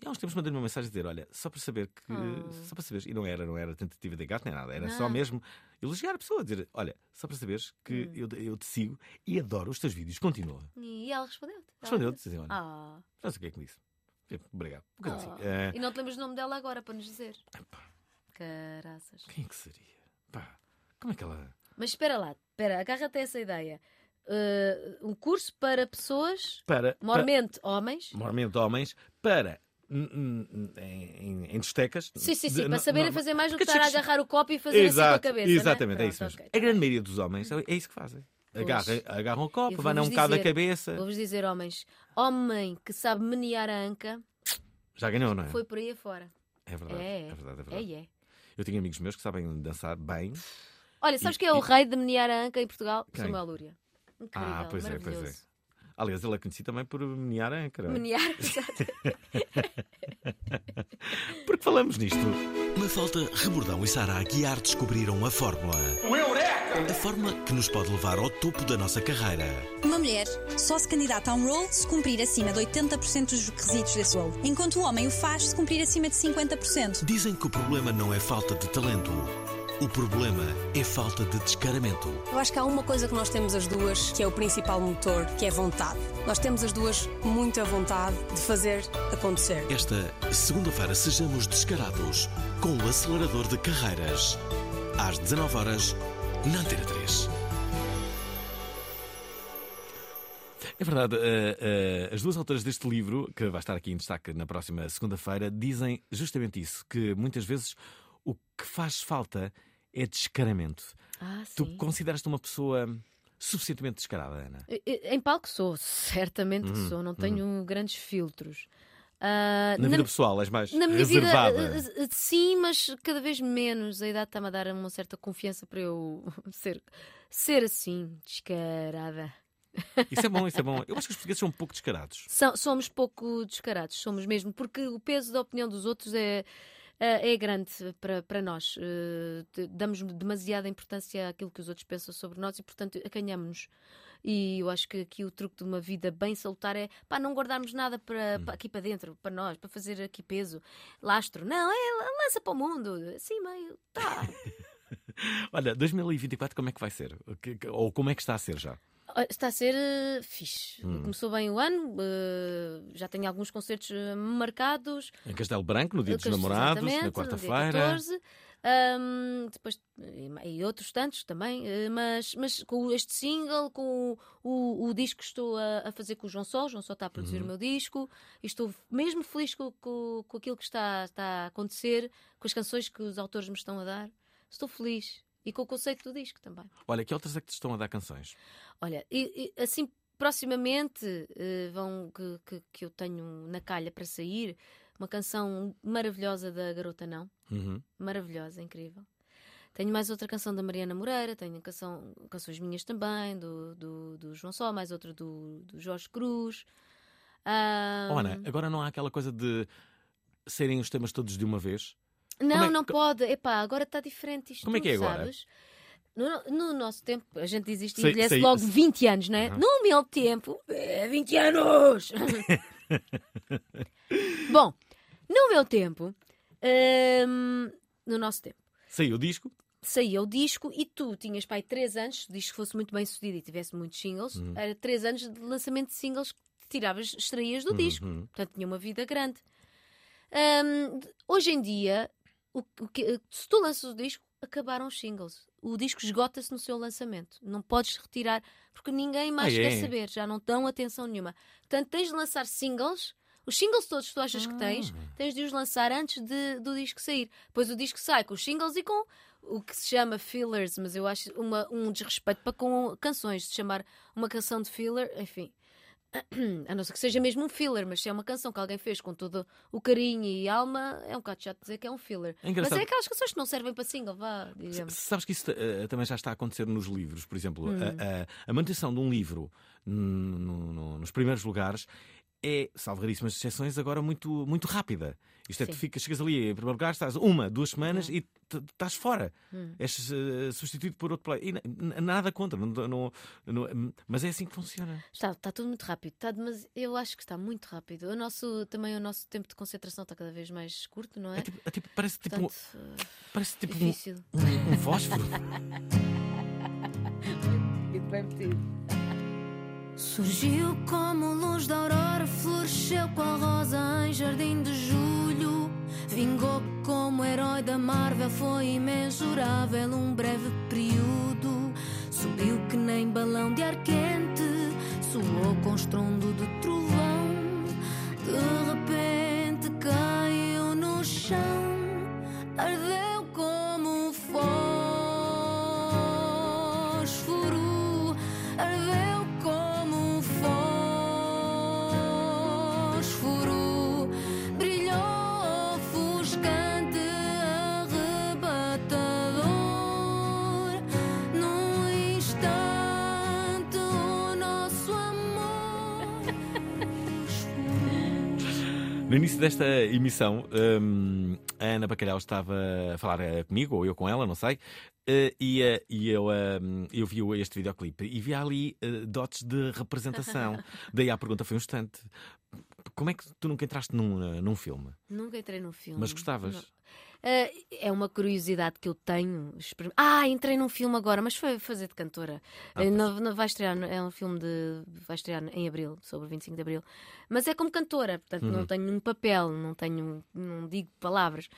Speaker 6: e há uns tempos mandei-lhe uma mensagem a dizer: Olha, só para saber que.
Speaker 4: Oh.
Speaker 6: Só para saberes. E não era, não era tentativa de gato nem nada, era só
Speaker 4: Não.
Speaker 6: mesmo elogiar a pessoa, dizer: Olha, só para saberes
Speaker 4: Hum.
Speaker 6: que eu, eu te sigo e adoro os teus vídeos. Continua.
Speaker 4: E ela respondeu-te. Ela-
Speaker 6: Respondeu-te, dizia: Olha,
Speaker 4: Tá Ah.
Speaker 6: não sei o que é que me disse. Tipo, Obrigado. Um bocado assim.
Speaker 4: Ah.
Speaker 6: Eh,
Speaker 4: E não te lembras o nome dela agora para nos dizer? Caraças.
Speaker 6: Quem é que seria? Pá, como é que ela.
Speaker 4: Mas espera lá, espera, agarra-te a essa ideia. Eh, um curso para pessoas,
Speaker 6: Para.
Speaker 4: mormente homens.
Speaker 6: Para, mormente homens, para. n- n- Em, em, em distecas.
Speaker 4: Sim, sim, sim,
Speaker 6: de-
Speaker 4: para
Speaker 6: não-
Speaker 4: saberem
Speaker 6: não-
Speaker 4: fazer mais do que
Speaker 6: porque
Speaker 4: estar a
Speaker 6: chega-
Speaker 4: agarrar o copo e fazer assim com a cabeça. não é?
Speaker 6: Exatamente, é
Speaker 4: Pronto,
Speaker 6: isso mesmo.
Speaker 4: ok.
Speaker 6: A grande maioria dos homens é é isso que fazem.
Speaker 4: Pois.
Speaker 6: Agarram, agarram o
Speaker 4: Eu
Speaker 6: copo,
Speaker 4: vou-vos
Speaker 6: vão a um bocado a
Speaker 4: dizer-
Speaker 6: cabeça.
Speaker 4: Vou-vos dizer, homens, homem que sabe menear a anca
Speaker 6: Já ganhou, não é?
Speaker 4: foi por aí afora.
Speaker 6: É verdade.
Speaker 4: É,
Speaker 6: É, verdade, é verdade.
Speaker 4: é.
Speaker 6: Eu tinha amigos meus que sabem dançar bem.
Speaker 4: Olha, sabes quem é o rei de menear a anca em Portugal?
Speaker 6: Quem?
Speaker 4: Samuel Lúria. Incrível,
Speaker 6: ah, pois é, pois
Speaker 4: maravilhoso.
Speaker 6: é. Aliás, ele é conhecido também por menear a âncora. não é?
Speaker 4: Menear, exato.
Speaker 6: Porque falamos nisto.
Speaker 3: Mafalda, Rebordão e Sara Aguiar descobriram a fórmula
Speaker 11: O Eureka!
Speaker 3: A forma que nos pode levar ao topo da nossa carreira.
Speaker 18: Uma mulher só se candidata a um role se cumprir acima de 80% dos requisitos desse role, enquanto o homem o faz se cumprir acima de 50%.
Speaker 3: Dizem que o problema não é falta de talento. O problema é falta de descaramento.
Speaker 19: Eu acho que há uma coisa que nós temos as duas, que é o principal motor, que é vontade. Nós temos as duas muita vontade de fazer acontecer.
Speaker 3: Esta segunda-feira sejamos descarados com o acelerador de carreiras. Às 19 horas na Antena 3.
Speaker 6: É verdade, uh, uh, as duas autoras deste livro, que vai estar aqui em destaque na próxima segunda-feira, dizem justamente isso: que muitas vezes o que faz falta é descaramento.
Speaker 4: Ah,
Speaker 6: Tu
Speaker 4: sim.
Speaker 6: consideras-te uma pessoa suficientemente descarada, Ana?
Speaker 4: E- e- Em palco sou, certamente que
Speaker 6: Hum,
Speaker 4: sou, não
Speaker 6: hum.
Speaker 4: tenho grandes filtros. Ah,
Speaker 6: Na vida pessoal és mais
Speaker 4: na minha
Speaker 6: reservada.
Speaker 4: vida, eh, eh, sim, mas cada vez menos. A idade está-me a dar uma certa confiança para eu ser, ser assim, descarada. eh,
Speaker 6: Isso é bom, isso é bom. Eu acho que os portugueses são um pouco descarados.
Speaker 4: São- somos pouco descarados, somos mesmo, porque o peso da opinião dos outros é, é é grande para, para nós. Eh, te- Damos demasiada importância àquilo que os outros pensam sobre nós e, portanto, acanhamos-nos. E eu acho que aqui o truque de uma vida bem salutar é pá, não guardarmos nada para, para aqui para dentro, para nós, para fazer aqui peso, lastro. Não, é la- lança para o mundo, assim meio. Tá.
Speaker 6: Olha, 2024 como é que vai ser? O que- que- Ou como é que está a ser já?
Speaker 4: Olha, Está a ser eh, fixe.
Speaker 6: Hum.
Speaker 4: Começou bem o ano, eh, já tenho alguns concertos eh, marcados.
Speaker 6: Em Castelo Branco, no dia dos
Speaker 4: Lucas,
Speaker 6: namorados,
Speaker 4: exatamente,
Speaker 6: na
Speaker 4: no dia
Speaker 6: quarta-feira.
Speaker 4: 14, ahm, depois e ma- e outros tantos também, eh, mas, mas com este single, com o, o- o disco que estou a, a fazer com o João Sol, o João Sol está a produzir
Speaker 20: Uhum.
Speaker 4: o meu disco, e estou mesmo feliz com, com, com aquilo que está, está a acontecer, com as canções que os autores me estão a dar. Estou feliz. E com o conceito do disco também.
Speaker 6: Olha, que outras é que te estão a dar canções?
Speaker 4: Olha, e, e assim proximamente eh, vão que, que, que eu tenho na calha para sair uma canção maravilhosa da Garota Não.
Speaker 6: Uhum.
Speaker 4: Maravilhosa, incrível. Tenho mais outra canção da Mariana Moreira, tenho canção, canções minhas também, do, do, do João Só, mais outra do, do Jorge Cruz. Ah,
Speaker 6: Oh, Ana, agora não há aquela coisa de serem os temas todos de uma vez?
Speaker 4: Não,
Speaker 6: Como é-
Speaker 4: não pode. Epá, agora está diferente isto.
Speaker 6: Como é que é
Speaker 4: tudo,
Speaker 6: agora?
Speaker 4: Sabes? No, no nosso tempo, a gente diz isto e
Speaker 6: Sei-
Speaker 4: envelhece
Speaker 6: sei-
Speaker 4: logo 20 anos, não é?
Speaker 6: Aham.
Speaker 4: No meu tempo, é 20 anos! Bom, no meu tempo, hum, no nosso tempo,
Speaker 6: Saiu o disco?
Speaker 4: saía o disco e tu tinhas, pai, 3 anos, se o disco fosse muito bem sucedido e tivesse muitos singles,
Speaker 6: Uhum.
Speaker 4: era 3 anos de lançamento de singles que tiravas, extraías do disco.
Speaker 6: Uhum.
Speaker 4: Portanto, tinha uma vida grande. Hum, hoje em dia, o, o que- se tu lanças o disco, acabaram os singles. O disco esgota-se no seu lançamento. Não podes retirar, porque ninguém mais
Speaker 20: Ah, é?
Speaker 4: quer saber, já não dão atenção nenhuma. Portanto, tens de lançar singles. Os singles todos que tu achas que tens, tens de os lançar antes de- do disco sair. Pois o disco sai com os singles e com o que se chama fillers, mas eu acho uma- um desrespeito para com canções, de chamar uma canção de filler, enfim. A não ser que seja mesmo um filler, mas se é uma canção que alguém fez com todo o carinho e alma, é um bocado chato dizer que é um filler.
Speaker 6: É engraçado.
Speaker 4: Mas é aquelas canções que não servem para single, vá, digamos.
Speaker 6: Sabes que isso eh, também já está a acontecer nos livros, por exemplo,
Speaker 4: Hum.
Speaker 6: a, a- a manutenção de um livro no- no- no- nos primeiros lugares é, salvo raríssimas exceções, agora muito, muito rápida. Isto é, tu
Speaker 4: Sim.
Speaker 6: ficas, chegas ali em primeiro lugar, estás uma, duas semanas e t- estás fora.
Speaker 4: Hum.
Speaker 6: És eh, substituído por outro player. E n- n- nada contra, não- não- não- mas é assim que funciona.
Speaker 4: Está, está tudo muito rápido, está demasi- Tá, eu acho que está muito rápido. O nosso, também o nosso tempo de concentração está cada vez mais curto, não é?
Speaker 6: É tipo- parece tipo, um-
Speaker 4: Portanto, eh,
Speaker 6: parece tipo um-
Speaker 4: difícil.
Speaker 6: um- um fósforo.
Speaker 4: Muito bem metido.
Speaker 5: Surgiu como luz da aurora, floresceu qual rosa em jardim de julho. Vingou como herói da Marvel, foi imensurável um breve período. Subiu que nem balão de ar quente, soou com estrondo de trovão. De repente caiu no chão, ardeu como um fósforo, ardeu como um fósforo, brilhou ofuscante, arrebatador. Num instante, o nosso amor.
Speaker 6: No início desta emissão, hum, a Ana Bacalhau estava a falar eh, comigo, ou eu com ela, não sei, eh, e, eh, e eu, hum, eu vi o- este videoclipe e vi ali eh, dotes de representação. Daí à pergunta foi um instante: como é que tu nunca entraste num, eh, num filme?
Speaker 4: Nunca entrei num filme.
Speaker 6: Mas gostavas?
Speaker 4: Não. Ah, é uma curiosidade que eu tenho. Exper- Ah, entrei num filme agora, mas foi fazer de cantora.
Speaker 6: Ah,
Speaker 4: Eh, não, não vai estrear, no- é um filme de. vai estrear em abril, sobre o 25 de abril. Mas é como cantora, portanto
Speaker 6: Uhum.
Speaker 4: não tenho um papel, não tenho. não digo palavras.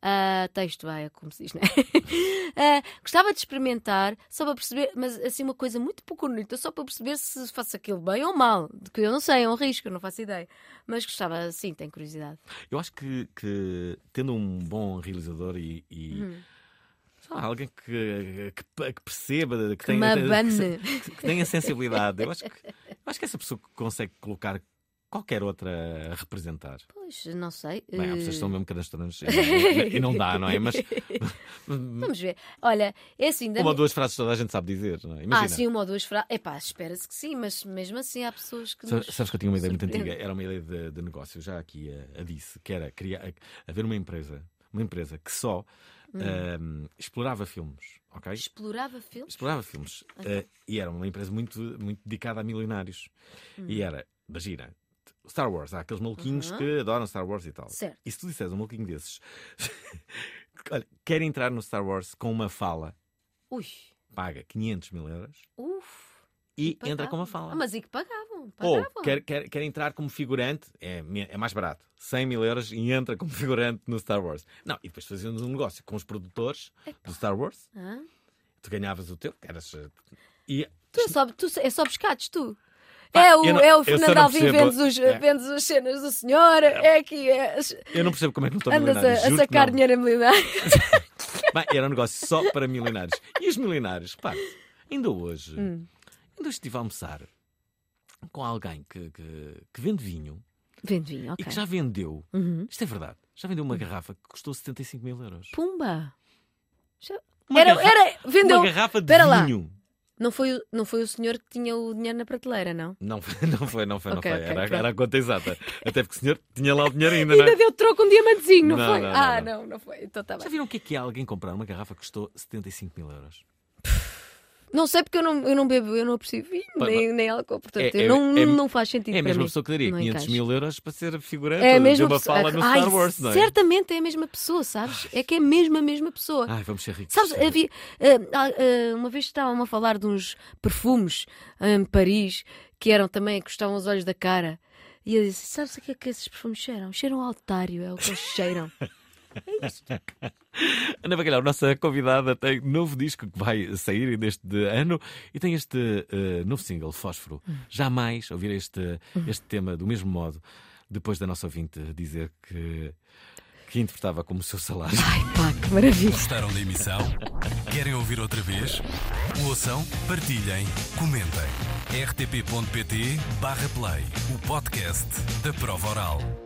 Speaker 4: Ah, texto, vai, é como se diz, né? Ah, gostava de experimentar, só para perceber, mas assim uma coisa muito pequenita, só para perceber se faço aquilo bem ou mal. De que eu não sei, é um risco, eu não faço ideia. Mas gostava, sim, tenho curiosidade.
Speaker 6: Eu acho que, que tendo um bom realizador e. e,
Speaker 4: Uhum.
Speaker 6: sei lá, alguém que, que- que perceba, que,
Speaker 4: Que
Speaker 6: tenha,
Speaker 4: me abane.
Speaker 6: que- que tenha sensibilidade. Eu acho, que, eu acho que essa pessoa que consegue colocar qualquer outra a representar.
Speaker 4: Pois, não sei.
Speaker 6: Bem, há
Speaker 4: eh,
Speaker 6: pessoas que são mesmo cadastrantes e não dá, não é? Mas
Speaker 4: Vamos ver. Olha, é assim. da
Speaker 6: uma ou
Speaker 4: mi-
Speaker 6: duas frases toda a gente sabe dizer, não é? Imagina.
Speaker 4: Ah, sim, uma ou duas frases. Epá, espera-se que sim, mas mesmo assim há pessoas que.
Speaker 6: Sa-
Speaker 4: nos
Speaker 6: Sabes que eu tinha uma ideia muito
Speaker 4: surpreendem.
Speaker 6: antiga, era uma ideia de, de negócio, já aqui a, a disse, que era criar, haver uma empresa, uma empresa que só
Speaker 4: Hum.
Speaker 6: ah, explorava filmes, ok?
Speaker 4: Explorava filmes?
Speaker 6: Explorava filmes.
Speaker 4: Ah.
Speaker 6: eh, e era uma empresa muito, muito dedicada a milionários.
Speaker 4: Hum.
Speaker 6: E era, imagina, Star Wars, há aqueles maluquinhos
Speaker 4: Uhum.
Speaker 6: que adoram Star Wars e tal.
Speaker 4: Certo.
Speaker 6: E se tu disseres um maluquinho desses, olha, quer entrar no Star Wars com uma fala,
Speaker 4: Ui,
Speaker 6: paga 500 mil euros
Speaker 4: uf.
Speaker 6: e entra
Speaker 4: pagavam.
Speaker 6: com uma fala.
Speaker 4: Ah, mas e que pagavam?
Speaker 6: Ou
Speaker 4: Pagavam.
Speaker 6: quer, quer, quer entrar como figurante, é, me- é mais barato, 100 mil euros e entra como figurante no Star Wars. Não, e depois fazíamos um negócio com os produtores do Star Wars,
Speaker 4: Hã?
Speaker 6: tu ganhavas o teu, eras. eh, E
Speaker 4: Tu é só, tu é só pescados, tu.
Speaker 6: Pá,
Speaker 4: é, o,
Speaker 6: eu não-
Speaker 4: é
Speaker 6: eu
Speaker 4: o
Speaker 6: só
Speaker 4: Fernando
Speaker 6: não
Speaker 4: Alvim
Speaker 6: percebo.
Speaker 4: vendes, os,
Speaker 6: É.
Speaker 4: vendes as cenas do senhor, é que é.
Speaker 6: eu não percebo como é que não estou
Speaker 4: Andas
Speaker 6: milionário.
Speaker 4: a, a
Speaker 6: juro que
Speaker 4: sacar
Speaker 6: não.
Speaker 4: dinheiro a milionário.
Speaker 6: Bem, era um negócio só para milionários. E os milionários, repare, ainda hoje,
Speaker 4: Hum.
Speaker 6: ainda hoje estive a almoçar com alguém que, que, que vende vinho
Speaker 4: Vende vinho, ok.
Speaker 6: e que já vendeu,
Speaker 4: Uhum.
Speaker 6: isto é verdade, já vendeu
Speaker 4: Hum.
Speaker 6: uma garrafa que custou 75 mil euros.
Speaker 4: Pumba! Já-
Speaker 6: Uma
Speaker 4: Era,
Speaker 6: garra-
Speaker 4: era, vendeu.
Speaker 6: Uma garrafa de
Speaker 4: Espera lá.
Speaker 6: vinho.
Speaker 4: Não foi, o- não foi o senhor que tinha o dinheiro na prateleira, não?
Speaker 6: Não foi, não foi, não foi. não
Speaker 4: Ok,
Speaker 6: foi.
Speaker 4: ok,
Speaker 6: era,
Speaker 4: pronto.
Speaker 6: era a conta exata. Até porque o senhor tinha lá o dinheiro ainda, não é?
Speaker 4: Ainda deu troco um diamantezinho, não,
Speaker 6: Não,
Speaker 4: foi?
Speaker 6: não, não,
Speaker 4: ah,
Speaker 6: não.
Speaker 4: não. não, foi. Então tá
Speaker 6: Já
Speaker 4: bem.
Speaker 6: viram o que é que é alguém comprar uma garrafa que custou 75 mil euros?
Speaker 4: Não sei porque eu não, eu não bebo, eu não aprecio vinho,
Speaker 6: Pá,
Speaker 4: nem, nem álcool, portanto,
Speaker 6: É-
Speaker 4: eu não,
Speaker 6: é- é-
Speaker 4: não faz sentido.
Speaker 6: É a
Speaker 4: para
Speaker 6: mesma
Speaker 4: mim.
Speaker 6: pessoa que daria
Speaker 4: Não
Speaker 6: 500
Speaker 4: encaixa.
Speaker 6: mil euros para ser figurante
Speaker 4: É a
Speaker 6: de
Speaker 4: mesma
Speaker 6: uma
Speaker 4: pessoa.
Speaker 6: fala no
Speaker 4: Ai,
Speaker 6: Star Wars, não é? Ah,
Speaker 4: Certamente é a mesma pessoa, sabes? É que é mesmo a mesma pessoa.
Speaker 6: Ai, vamos ser ricos.
Speaker 4: Sabes, havia, ah, ah, uma vez estavam a falar de uns perfumes ah, em Paris que eram também, que custavam os olhos da cara. E eu disse: Sabes a que é que esses perfumes cheiram? Cheiram a altário, é o que eles cheiram.
Speaker 6: Ana Bacalhau, nossa convidada, tem novo disco que vai sair neste ano e tem este eh, novo single, Fósforo.
Speaker 3: Hum.
Speaker 6: Jamais ouvir este,
Speaker 4: Hum.
Speaker 6: este tema do mesmo modo depois da nossa ouvinte dizer que, que interpretava como seu salário. Ai,
Speaker 4: pá, que maravilha!
Speaker 3: Gostaram da emissão? Querem ouvir outra vez? Ouçam, partilhem, comentem. rtp.pt/play o podcast da prova oral.